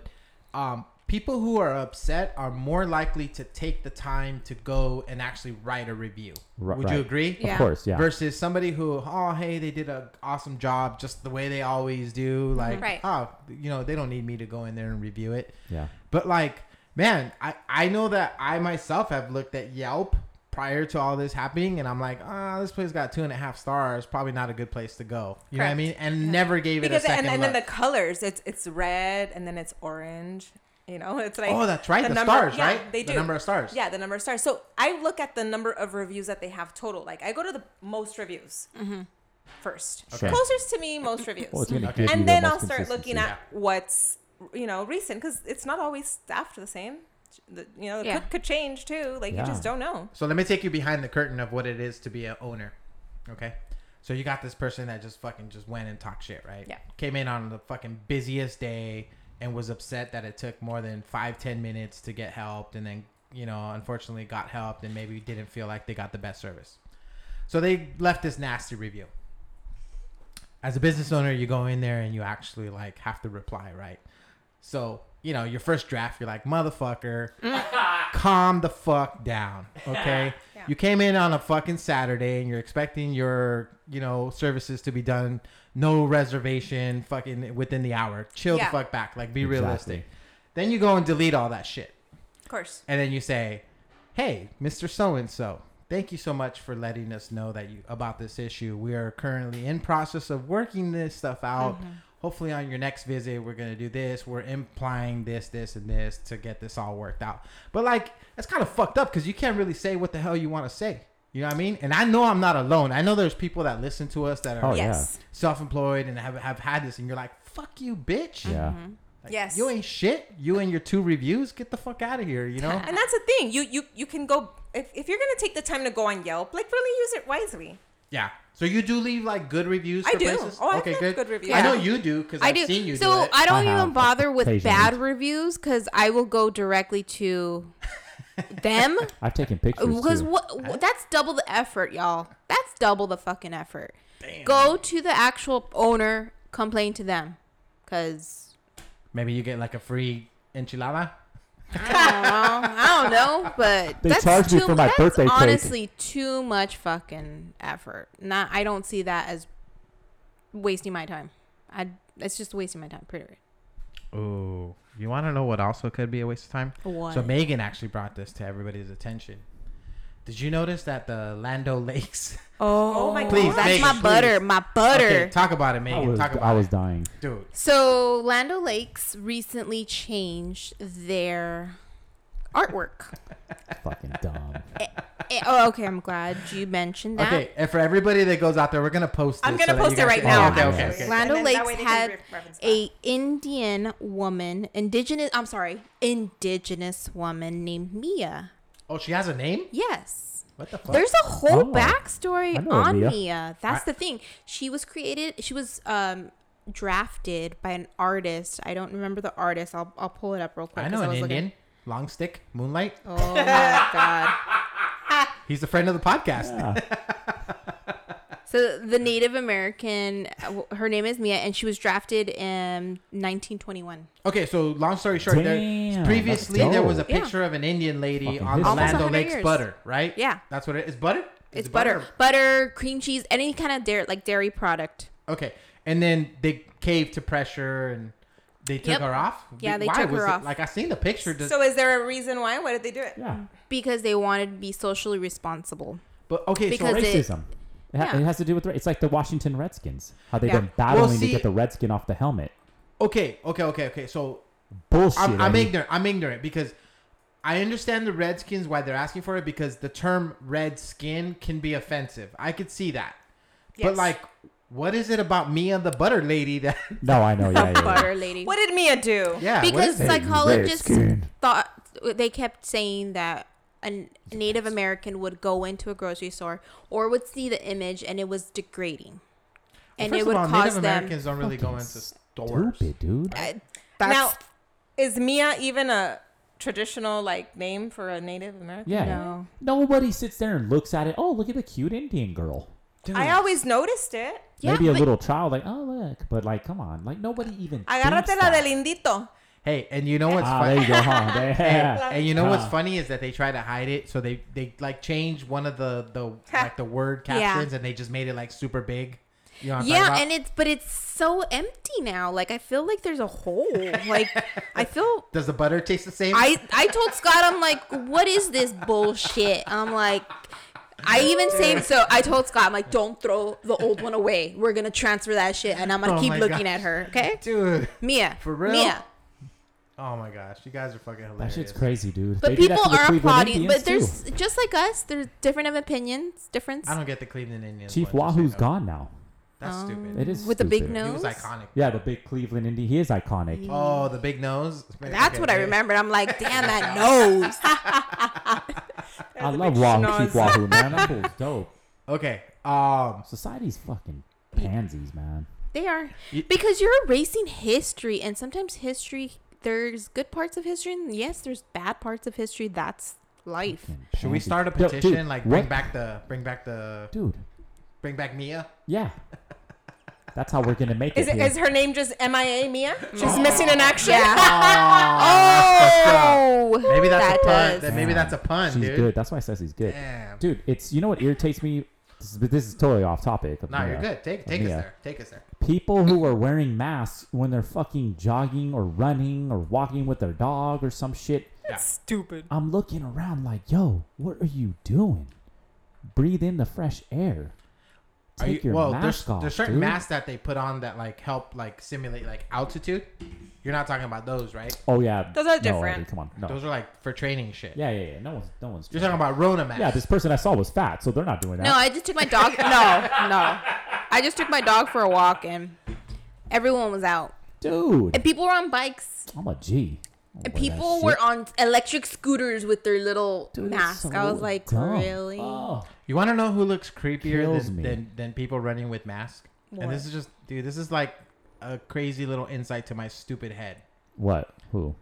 S4: um, people who are upset are more likely to take the time to go and actually write a review.
S6: Ri-
S4: would you
S6: right.
S4: agree?
S5: Yeah.
S6: Of course, yeah.
S4: Versus somebody who, oh, hey, they did an awesome job, just the way they always do. Like,
S5: Right.
S4: oh, you know, they don't need me to go in there and review it.
S6: yeah.
S4: But like man, I, I know that I myself have looked at Yelp prior to all this happening, and I'm like, ah, this place got two and a half stars. Probably not a good place to go. You know what I
S5: Correct.
S4: mean? And never gave it
S3: because
S4: a second
S3: and, and
S4: look.
S3: then the colors it's it's red and then it's orange you know it's like
S4: Oh, that's right, the stars, right?
S3: they
S4: The
S3: do
S4: number of stars.
S3: yeah the number of stars so i look at the number of reviews that they have total like i go to the most reviews first
S6: Okay.
S3: closest to me most reviews
S6: Well, it's gonna
S4: Okay.
S6: give you
S3: and
S6: the
S3: then
S6: most
S3: i'll start looking
S6: consistency.
S3: at what's you know recent because it's not always staffed the same The- you know it
S5: Yeah.
S3: could, could change too like you
S6: Yeah.
S3: just don't know
S4: So let me take you behind the curtain of what it is to be an owner. Okay. So you got this person that just fucking just went and talked shit, right?
S3: Yeah.
S4: Came in on the fucking busiest day and was upset that it took more than five, ten minutes to get helped and then, you know, unfortunately got helped and maybe didn't feel like they got the best service. So they left this nasty review. As a business owner, you go in there and you actually like have to reply, right? So, you know, your first draft, you're like, motherfucker, calm the fuck down, okay?
S3: Yeah.
S4: You came in on a fucking Saturday and you're expecting your, you know, services to be done, no reservation, fucking within the hour. Chill
S3: Yeah.
S4: the fuck back, like be
S6: Exactly.
S4: realistic. Then you go and delete all that shit.
S3: of course
S4: And then you say, "Hey, Mr. So and So, thank you so much for letting us know that you about this issue. We are currently in process of working this stuff out. Hopefully, on your next visit, we're gonna do this. We're implying this, this, and this to get this all worked out. But like, that's kind of fucked up because you can't really say what the hell you want to say." You know what I mean? And I know I'm not alone. I know there's people that listen to us that are
S6: Oh, yeah.
S3: yes
S4: self-employed and have, have had this and you're like, "Fuck you, bitch."
S6: Yeah.
S5: Mm-hmm.
S4: Like,
S3: Yes.
S4: You ain't shit. You and your two reviews, get the fuck out of here, you know?
S3: and that's the thing you you you can go if, if you're gonna take the time to go on yelp like really use it wisely
S4: Yeah. So you do leave like good reviews.
S3: I
S4: for
S3: do.
S4: Places?
S3: Oh, I've left good reviews.
S4: I know
S5: Yeah.
S4: you do because
S5: I
S4: I've
S5: do.
S4: seen you
S5: so
S4: do it.
S5: I don't
S6: I
S5: even
S6: have,
S5: bother with
S6: Uh-huh. occasionally.
S5: bad reviews because I will go directly to them.
S6: I've taken pictures.
S5: Because
S6: too.
S5: what wh- that's double the effort, y'all. That's double the fucking effort. Go to the actual owner, complain to them, because
S4: Maybe you get like a free enchilada.
S5: I don't know, but
S6: They
S5: that's
S6: charged me
S5: too,
S6: for my
S5: that's
S6: birthday cake.
S5: Honestly, too much fucking effort. Not, I don't see that as wasting my time. I it's just wasting my time. Period.
S4: Ooh. You want to know what also could be a waste of time?
S5: What?
S4: So Megan actually brought this to everybody's attention. Did you notice that the Lando Lakes?
S5: oh,
S3: my
S4: Please,
S3: God.
S5: that's
S4: Megan,
S5: my
S4: please.
S5: butter. My butter.
S4: Okay, talk about it,
S6: I
S4: Megan.
S6: was,
S4: talk about
S6: I was
S4: it.
S6: dying.
S4: Dude.
S5: So Lando Lakes recently changed their artwork.
S6: Fucking dumb.
S5: Eh, oh, okay. I'm glad you mentioned that.
S4: Okay, and for everybody that goes out there, we're gonna post.
S3: I'm
S4: this
S3: gonna
S4: so that
S3: post
S4: you
S3: it
S4: guys
S3: right
S4: can-
S5: now.
S4: Oh, okay,
S6: Yes.
S4: okay, okay.
S5: Lando
S3: And then that
S5: Lakes
S3: way they can
S5: had
S3: re- reference back.
S5: a Indian woman, indigenous. I'm sorry, indigenous woman named Mia.
S4: Oh, she has a name.
S5: Yes.
S4: What the fuck?
S5: There's a whole
S6: Oh. I
S5: backstory
S6: know
S5: on
S6: Mia.
S5: Mia. That's
S4: I-
S5: the thing. She was created. She was um drafted by an artist. I don't remember the artist. I'll I'll pull it up real quick.
S4: I know
S5: 'cause
S4: an
S5: was looking-
S4: Indian. Long stick, moonlight.
S5: Oh my god.
S4: He's a friend of the podcast.
S5: So the Native American, uh, her name is Mia, and she was drafted in 1921.
S4: Okay, so long story short, there
S6: Damn,
S4: previously
S6: that's
S4: there was a
S6: dope.
S5: Yeah.
S4: picture of an Indian lady
S6: Fucking
S4: on the
S6: history.
S5: Almost
S4: Lando
S5: 100
S4: Lakes
S5: years.
S4: butter, right?
S5: Yeah.
S4: that's what it is. Butter. Is
S5: It's
S4: it
S5: butter. butter, cream cheese, any kind of dairy, like dairy product.
S4: Okay, and then they caved to pressure and they took
S5: Yep.
S4: her off.
S5: Yeah, they
S4: Why
S5: took
S4: was
S5: her
S4: it-
S5: off.
S4: Like I seen the picture, just,
S3: so is there a reason why why did they do it
S6: Yeah.
S5: because they wanted to be socially responsible.
S4: but okay,
S5: because
S4: so
S5: it-
S6: Racism. It, ha-
S5: Yeah.
S6: it has to do with ra- it's like the Washington Redskins. How they've
S5: Yeah.
S6: been battling
S4: Well, see-
S6: to get the Redskin off the helmet.
S4: okay, okay, okay, okay. So
S6: Bullshit.
S4: I'm,
S6: I
S4: I'm
S6: mean,
S4: ignorant. I'm ignorant because I understand the Redskins why they're asking for it because the term red skin can be offensive. I could see that, but
S3: Yes.
S4: like, what is it about me and the butter lady that?
S6: No, I know. Yeah, yeah, yeah.
S5: Butter lady.
S3: what did mia do
S4: Yeah, what
S5: because
S4: is it?
S5: psychologists
S6: Redskin.
S5: thought they kept saying that a Native American would go into a grocery store or would see the image and it was degrading, and
S4: First
S5: it would
S4: of all,
S5: cause
S4: Native
S5: them.
S4: Americans don't really go
S6: Fucking
S4: into stores.
S6: Stupid, dude.
S3: now
S5: That's,
S3: is mia even a traditional like name for a native american
S6: Yeah.
S5: No.
S6: Nobody sits there and looks at it. Oh, look at the cute Indian girl.
S4: Dude,
S3: i always noticed it
S5: yeah,
S6: Maybe a
S5: but-
S6: little child, like, oh, look. But, like, come on. Like, nobody even. thinks
S3: agárratela
S6: that.
S3: del indito
S4: Hey, and you know what's
S6: Ah, there
S4: funny?
S6: you go, huh? Yeah.
S4: And you know what's
S6: Huh.
S4: funny is that they try to hide it, so they they like change one of the the like the word captions, and they just made it like super big. You know what I'm talking
S5: yeah,
S4: about?
S5: and it's but it's so empty now. Like I feel like there's a hole. Like I feel
S4: Does the butter taste the same?
S5: I I told Scott I'm like, what is this bullshit? I'm like. I even saved, so I told Scott, I'm like, don't throw the old one away. We're gonna transfer that shit, and I'm gonna
S4: Oh
S5: keep
S4: my
S5: looking
S4: gosh.
S5: at her, okay?
S4: Dude.
S5: Mia,
S4: For real?
S5: Mia.
S4: Oh my gosh, you guys are fucking
S6: That
S4: hilarious.
S6: shit's crazy, dude.
S5: But
S6: They do that
S5: people
S6: to the
S5: are
S6: Cleveland
S5: applauding.
S6: Indians,
S5: But there's just like us, there's different of opinions, difference
S4: I don't get the Cleveland Indians.
S6: too. Chief
S4: one, just so you
S6: Wahoo's
S4: know.
S6: gone now.
S4: That's
S5: Um,
S4: stupid.
S6: It is
S5: with the big
S6: stupid.
S4: He
S5: nose.
S4: was iconic.
S6: Yeah, the big Cleveland Indian. He is iconic.
S4: Oh, the big nose.
S5: That's
S4: Okay,
S5: what I
S4: yeah.
S5: remembered. I'm like, damn that nose.
S3: the
S6: I love
S3: big
S6: Wahoo, Chief
S3: schnoz.
S6: Wahoo, man. That fool's dope.
S4: Okay. Um.
S6: Society's fucking pansies, man.
S5: They are
S4: Ye-
S5: because you're erasing history, and sometimes history there's good parts of history, and yes, there's bad parts of history. That's life.
S6: Fucking
S4: Should we
S6: pansies.
S4: start a
S6: Yo, dude,
S4: petition? like bring
S6: what-
S4: back the, bring back the,
S6: dude.
S4: bring back Mia.
S6: Yeah, that's how we're gonna make
S3: Is,
S6: it.
S3: it,
S6: here.
S3: is her name just MIA Mia? She's missing an action.
S5: Yeah.
S4: Oh,
S5: Oh,
S4: maybe that's a pun.
S5: does.
S4: That, maybe that's a pun,
S6: She's
S4: dude.
S6: good. That's why I says he's good.
S4: Damn.
S6: Dude, it's you know what irritates me. This is, but this is totally off topic. of
S4: No, you're
S6: Mia.
S4: good. Take, take us
S6: Mia.
S4: there. Take us there.
S6: People who are wearing masks when they're fucking jogging or running or walking with their dog or some shit.
S3: Stupid.
S6: I'm looking around like, yo, what are you doing? Breathe in the fresh air.
S4: Are
S6: Take
S4: you-
S6: your
S4: well,
S6: mask
S4: there's,
S6: off.
S4: there's certain
S6: dude.
S4: masks that they put on that like help like simulate like altitude. You're not talking about those, right?
S6: Oh yeah,
S3: Those are
S6: No,
S3: different.
S6: Eddie, come on, no.
S4: Those are like for training shit.
S6: yeah, yeah, yeah. No one's, no one's.
S4: You're talking about Rona masks.
S6: Yeah, this person I saw was fat, so they're not doing that.
S5: No, I just took my dog. No, no, I just took my dog for a walk, and everyone was out,
S6: dude,
S5: and people were on bikes,
S6: I'm a G. I don't wear
S5: and
S6: that
S5: people
S6: shit.
S5: were on electric scooters with their little
S6: Dude, it's
S5: mask. I
S6: so
S5: was like,
S6: dumb.
S5: really?
S6: Oh,
S4: You want to know who looks creepier
S6: Kills
S4: than,
S6: me.
S4: than than people running with masks? And this is just, dude, this is like a crazy little insight to my stupid head.
S6: what? Who?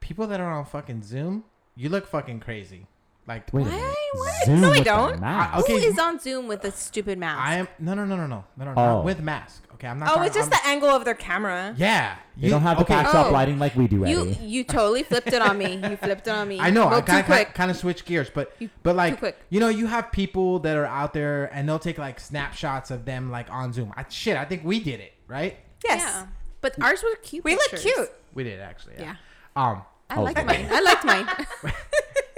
S4: People that are on fucking Zoom, you look fucking crazy. Like
S6: Wait a
S5: Why?
S6: minute.
S5: What?
S6: Zoom
S3: No, I
S6: with the
S3: don't.
S6: mask.
S4: I- okay.
S5: Who is on Zoom with a stupid mask?
S4: I am no no no no no no no
S6: Oh.
S4: not with mask. Okay, I'm not.
S3: Oh,
S4: talking-
S3: it's just
S4: I'm-
S3: the angle of their camera.
S4: Yeah,
S6: They don't have the backdrop
S5: Oh.
S6: lighting like we do,
S5: You
S6: Eddie.
S5: you totally flipped it on me. You flipped it on me.
S4: I know.
S5: Well,
S4: I
S5: too
S4: kind
S5: quick.
S4: of, kind of switch gears, but but like
S5: quick.
S4: you know, you have people that are out there and they'll take like snapshots of them like on Zoom. I, shit, I think we did it right.
S3: Yes.
S5: Yeah. But ours were cute.
S3: We look
S5: pictures.
S3: cute.
S4: We did actually.
S5: Yeah.
S4: Um,
S5: I
S6: Oh,
S5: liked
S6: boy.
S5: mine. I liked mine.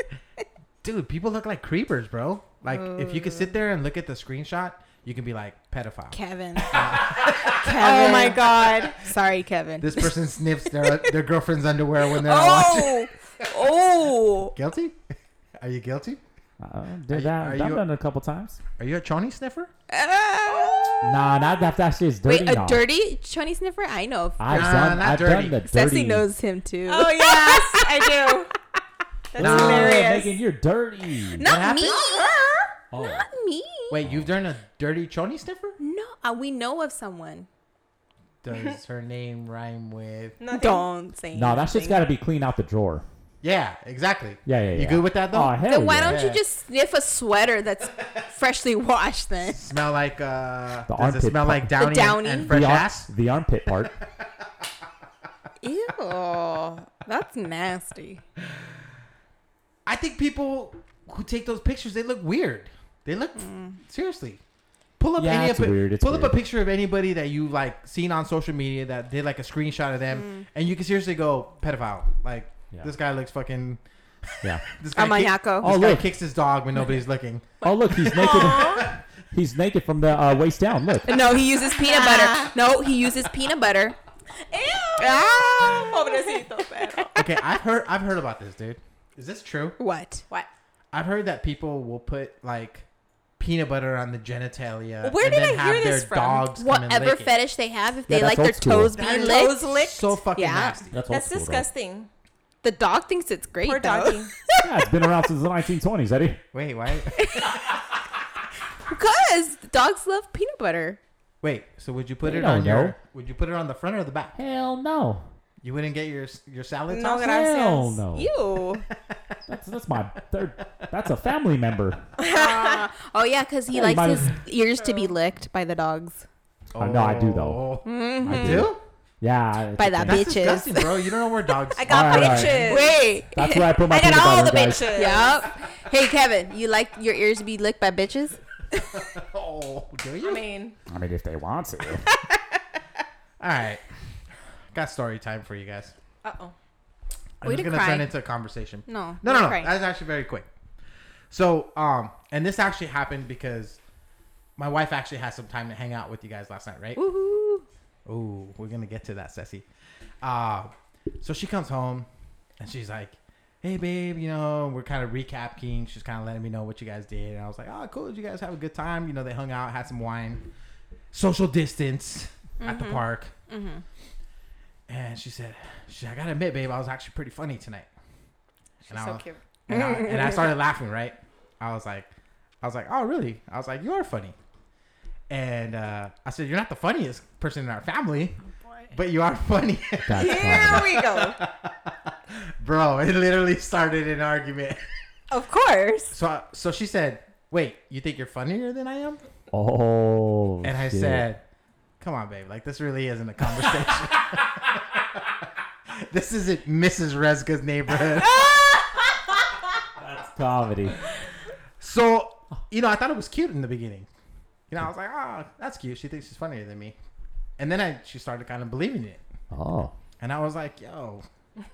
S4: dude, people look like creepers, bro. Like if you could sit there and look at the screenshot, you can be like pedophile.
S5: Kevin.
S3: Oh
S5: Kevin.
S3: my god.
S5: Sorry, Kevin.
S4: This person sniffs their their girlfriend's underwear when they're watching.
S3: Oh. Oh.
S4: Guilty? Are you guilty?
S6: Uh,
S4: Are
S6: did
S4: you-
S6: that.
S4: are
S6: I've
S4: you-
S6: done it a couple times.
S4: Are you a chony sniffer?
S6: Nah, not that. That shit is dirty.
S5: Wait, a
S6: now.
S5: dirty Chinese sniffer? I know.
S6: I've
S4: Nah,
S6: done.
S4: not
S6: I've
S4: dirty.
S6: done the
S5: Sassy
S6: dirty.
S5: knows him too.
S3: Oh yes, I do. That's
S4: Nah.
S3: hilarious.
S6: Megan, you're dirty.
S5: Not
S4: happened?
S5: me.
S6: Oh.
S5: Not me.
S4: Wait, you've done a dirty chony sniffer?
S5: No, uh, we know of someone.
S4: Does her name rhyme with?
S5: Don't say.
S6: No, that shit's
S5: nothing.
S6: got to be clean out the drawer.
S4: Yeah, exactly.
S6: Yeah, yeah, yeah.
S4: You good with that though?
S6: Oh, hell
S5: Then why
S6: yeah.
S5: don't you just sniff a sweater that's freshly washed then?
S4: Smell like uh. does
S6: The
S4: it
S6: armpit
S4: smell
S6: part.
S4: like downy, and-
S5: downy?
S4: and,
S5: The
S4: fresh
S6: the, ar-
S4: ass?
S6: the armpit part.
S5: Ew, that's nasty.
S4: I think people who take those pictures they look weird. They look
S5: Mm.
S4: seriously. Pull up
S6: Yeah,
S4: any
S6: it's
S4: of it-
S6: weird, it's
S4: pull up
S6: weird.
S4: a picture of anybody that you like seen on social media that did like a screenshot of
S5: Mm.
S4: them, and you can seriously go pedophile. Like
S6: Yeah.
S4: this guy looks fucking.
S6: Yeah.
S4: This guy
S5: A
S4: kick-
S5: maniaco.
S4: This
S6: Oh,
S4: guy
S6: look.
S4: kicks his dog when nobody's looking.
S6: Oh, look, he's naked. he's naked from the uh, waist down. Look.
S5: No, he uses peanut butter. No, he uses peanut butter. Ah.
S3: Ew. Pobrecito, pero.
S4: Okay, I've heard I've heard about this, dude. Is this true?
S5: What?
S3: What?
S4: I've heard that people will put like peanut butter on the genitalia
S3: Where
S4: and
S3: did
S4: then
S3: I
S4: have
S3: hear
S4: their
S3: this from?
S4: dogs come and
S5: Whatever
S4: lick it.
S5: fetish they have, if
S6: Yeah,
S5: they
S6: that's
S5: like their
S6: old school.
S5: toes
S3: That
S5: being
S3: is
S5: licked,
S3: toes licked?
S4: So fucking
S5: Yeah.
S4: nasty.
S6: That's, old
S3: That's
S6: school, though.
S3: disgusting.
S5: the dog thinks it's great.
S3: Poor
S5: though.
S3: doggy.
S6: Yeah, it's been around since the 1920s, Eddie.
S4: Wait, why?
S5: Because dogs love peanut butter.
S4: Wait. So would you put
S6: They
S4: it on
S6: don't know.
S4: your? Would you put it on the front or the back?
S6: Hell no.
S4: You wouldn't get your your salad
S3: No,
S4: tossed?
S3: gra- Gracias.
S6: Hell no.
S5: Ew.
S6: That's, that's my third. That's a family member.
S5: oh yeah, because he
S6: Yeah, you
S5: likes
S6: might
S5: his ears to be licked by the dogs.
S6: Oh, no, I do, though.
S3: Mm.
S4: I do.
S6: Yeah. it's
S5: Mm-hmm. By
S6: a
S5: that
S6: thing.
S4: That's
S5: Bitches.
S4: disgusting, bro. You don't know where dogs.
S3: I got
S6: All right, all right.
S3: bitches.
S5: Wait.
S6: That's where I put my
S3: I got
S6: peanut
S3: all the
S6: butter, guys.
S3: bitches.
S5: Yup. Hey Kevin, you like your ears to be licked by bitches?
S4: oh Oh, do you?
S3: I mean,
S6: I mean, if they want to.
S4: All right. Got story time for you guys.
S3: uh oh.
S4: I'm
S5: Way
S4: just
S5: to
S4: gonna
S5: cry.
S4: turn into a conversation.
S5: No,
S4: No, no, no.
S5: cry.
S4: That's actually very quick. So, um, and this actually happened because my wife actually had some time to hang out with you guys last night, right?
S5: Woohoo.
S4: Ooh, we're gonna get to that, Ceci. Uh, so she comes home and she's like, "Hey, babe, you know, we're kind of recapping. She's kind of letting me know what you guys did." And I was like, "Oh, cool. Did you guys have a good time? You know, they hung out, had some wine, social distance at
S3: Mm-hmm.
S4: the park." And she said, she, said, "I gotta admit, babe, I was actually pretty funny tonight."
S3: She's
S4: And I
S3: so
S4: was-
S3: cute.
S4: and I, and I started laughing, right? I was like, I was like, oh really? I was like, you are funny. And uh, I said, you're not the funniest person in our family, but you are funny,
S6: That's
S3: Here
S6: funny.
S3: we go.
S4: bro. It literally started an argument.
S5: Of course.
S4: So so she said, wait, you think you're funnier than I am?
S6: Oh.
S4: And I
S6: shit.
S4: said, come on, babe, like this really isn't a conversation. this isn't Mrs. Rezka's neighborhood.
S3: Ah!
S6: That's comedy.
S4: So, you know, I thought it was cute in the beginning. You know, I was like, oh, that's cute. She thinks she's funnier than me. And then I, she started kind of believing it.
S6: Oh.
S4: And I was like, yo,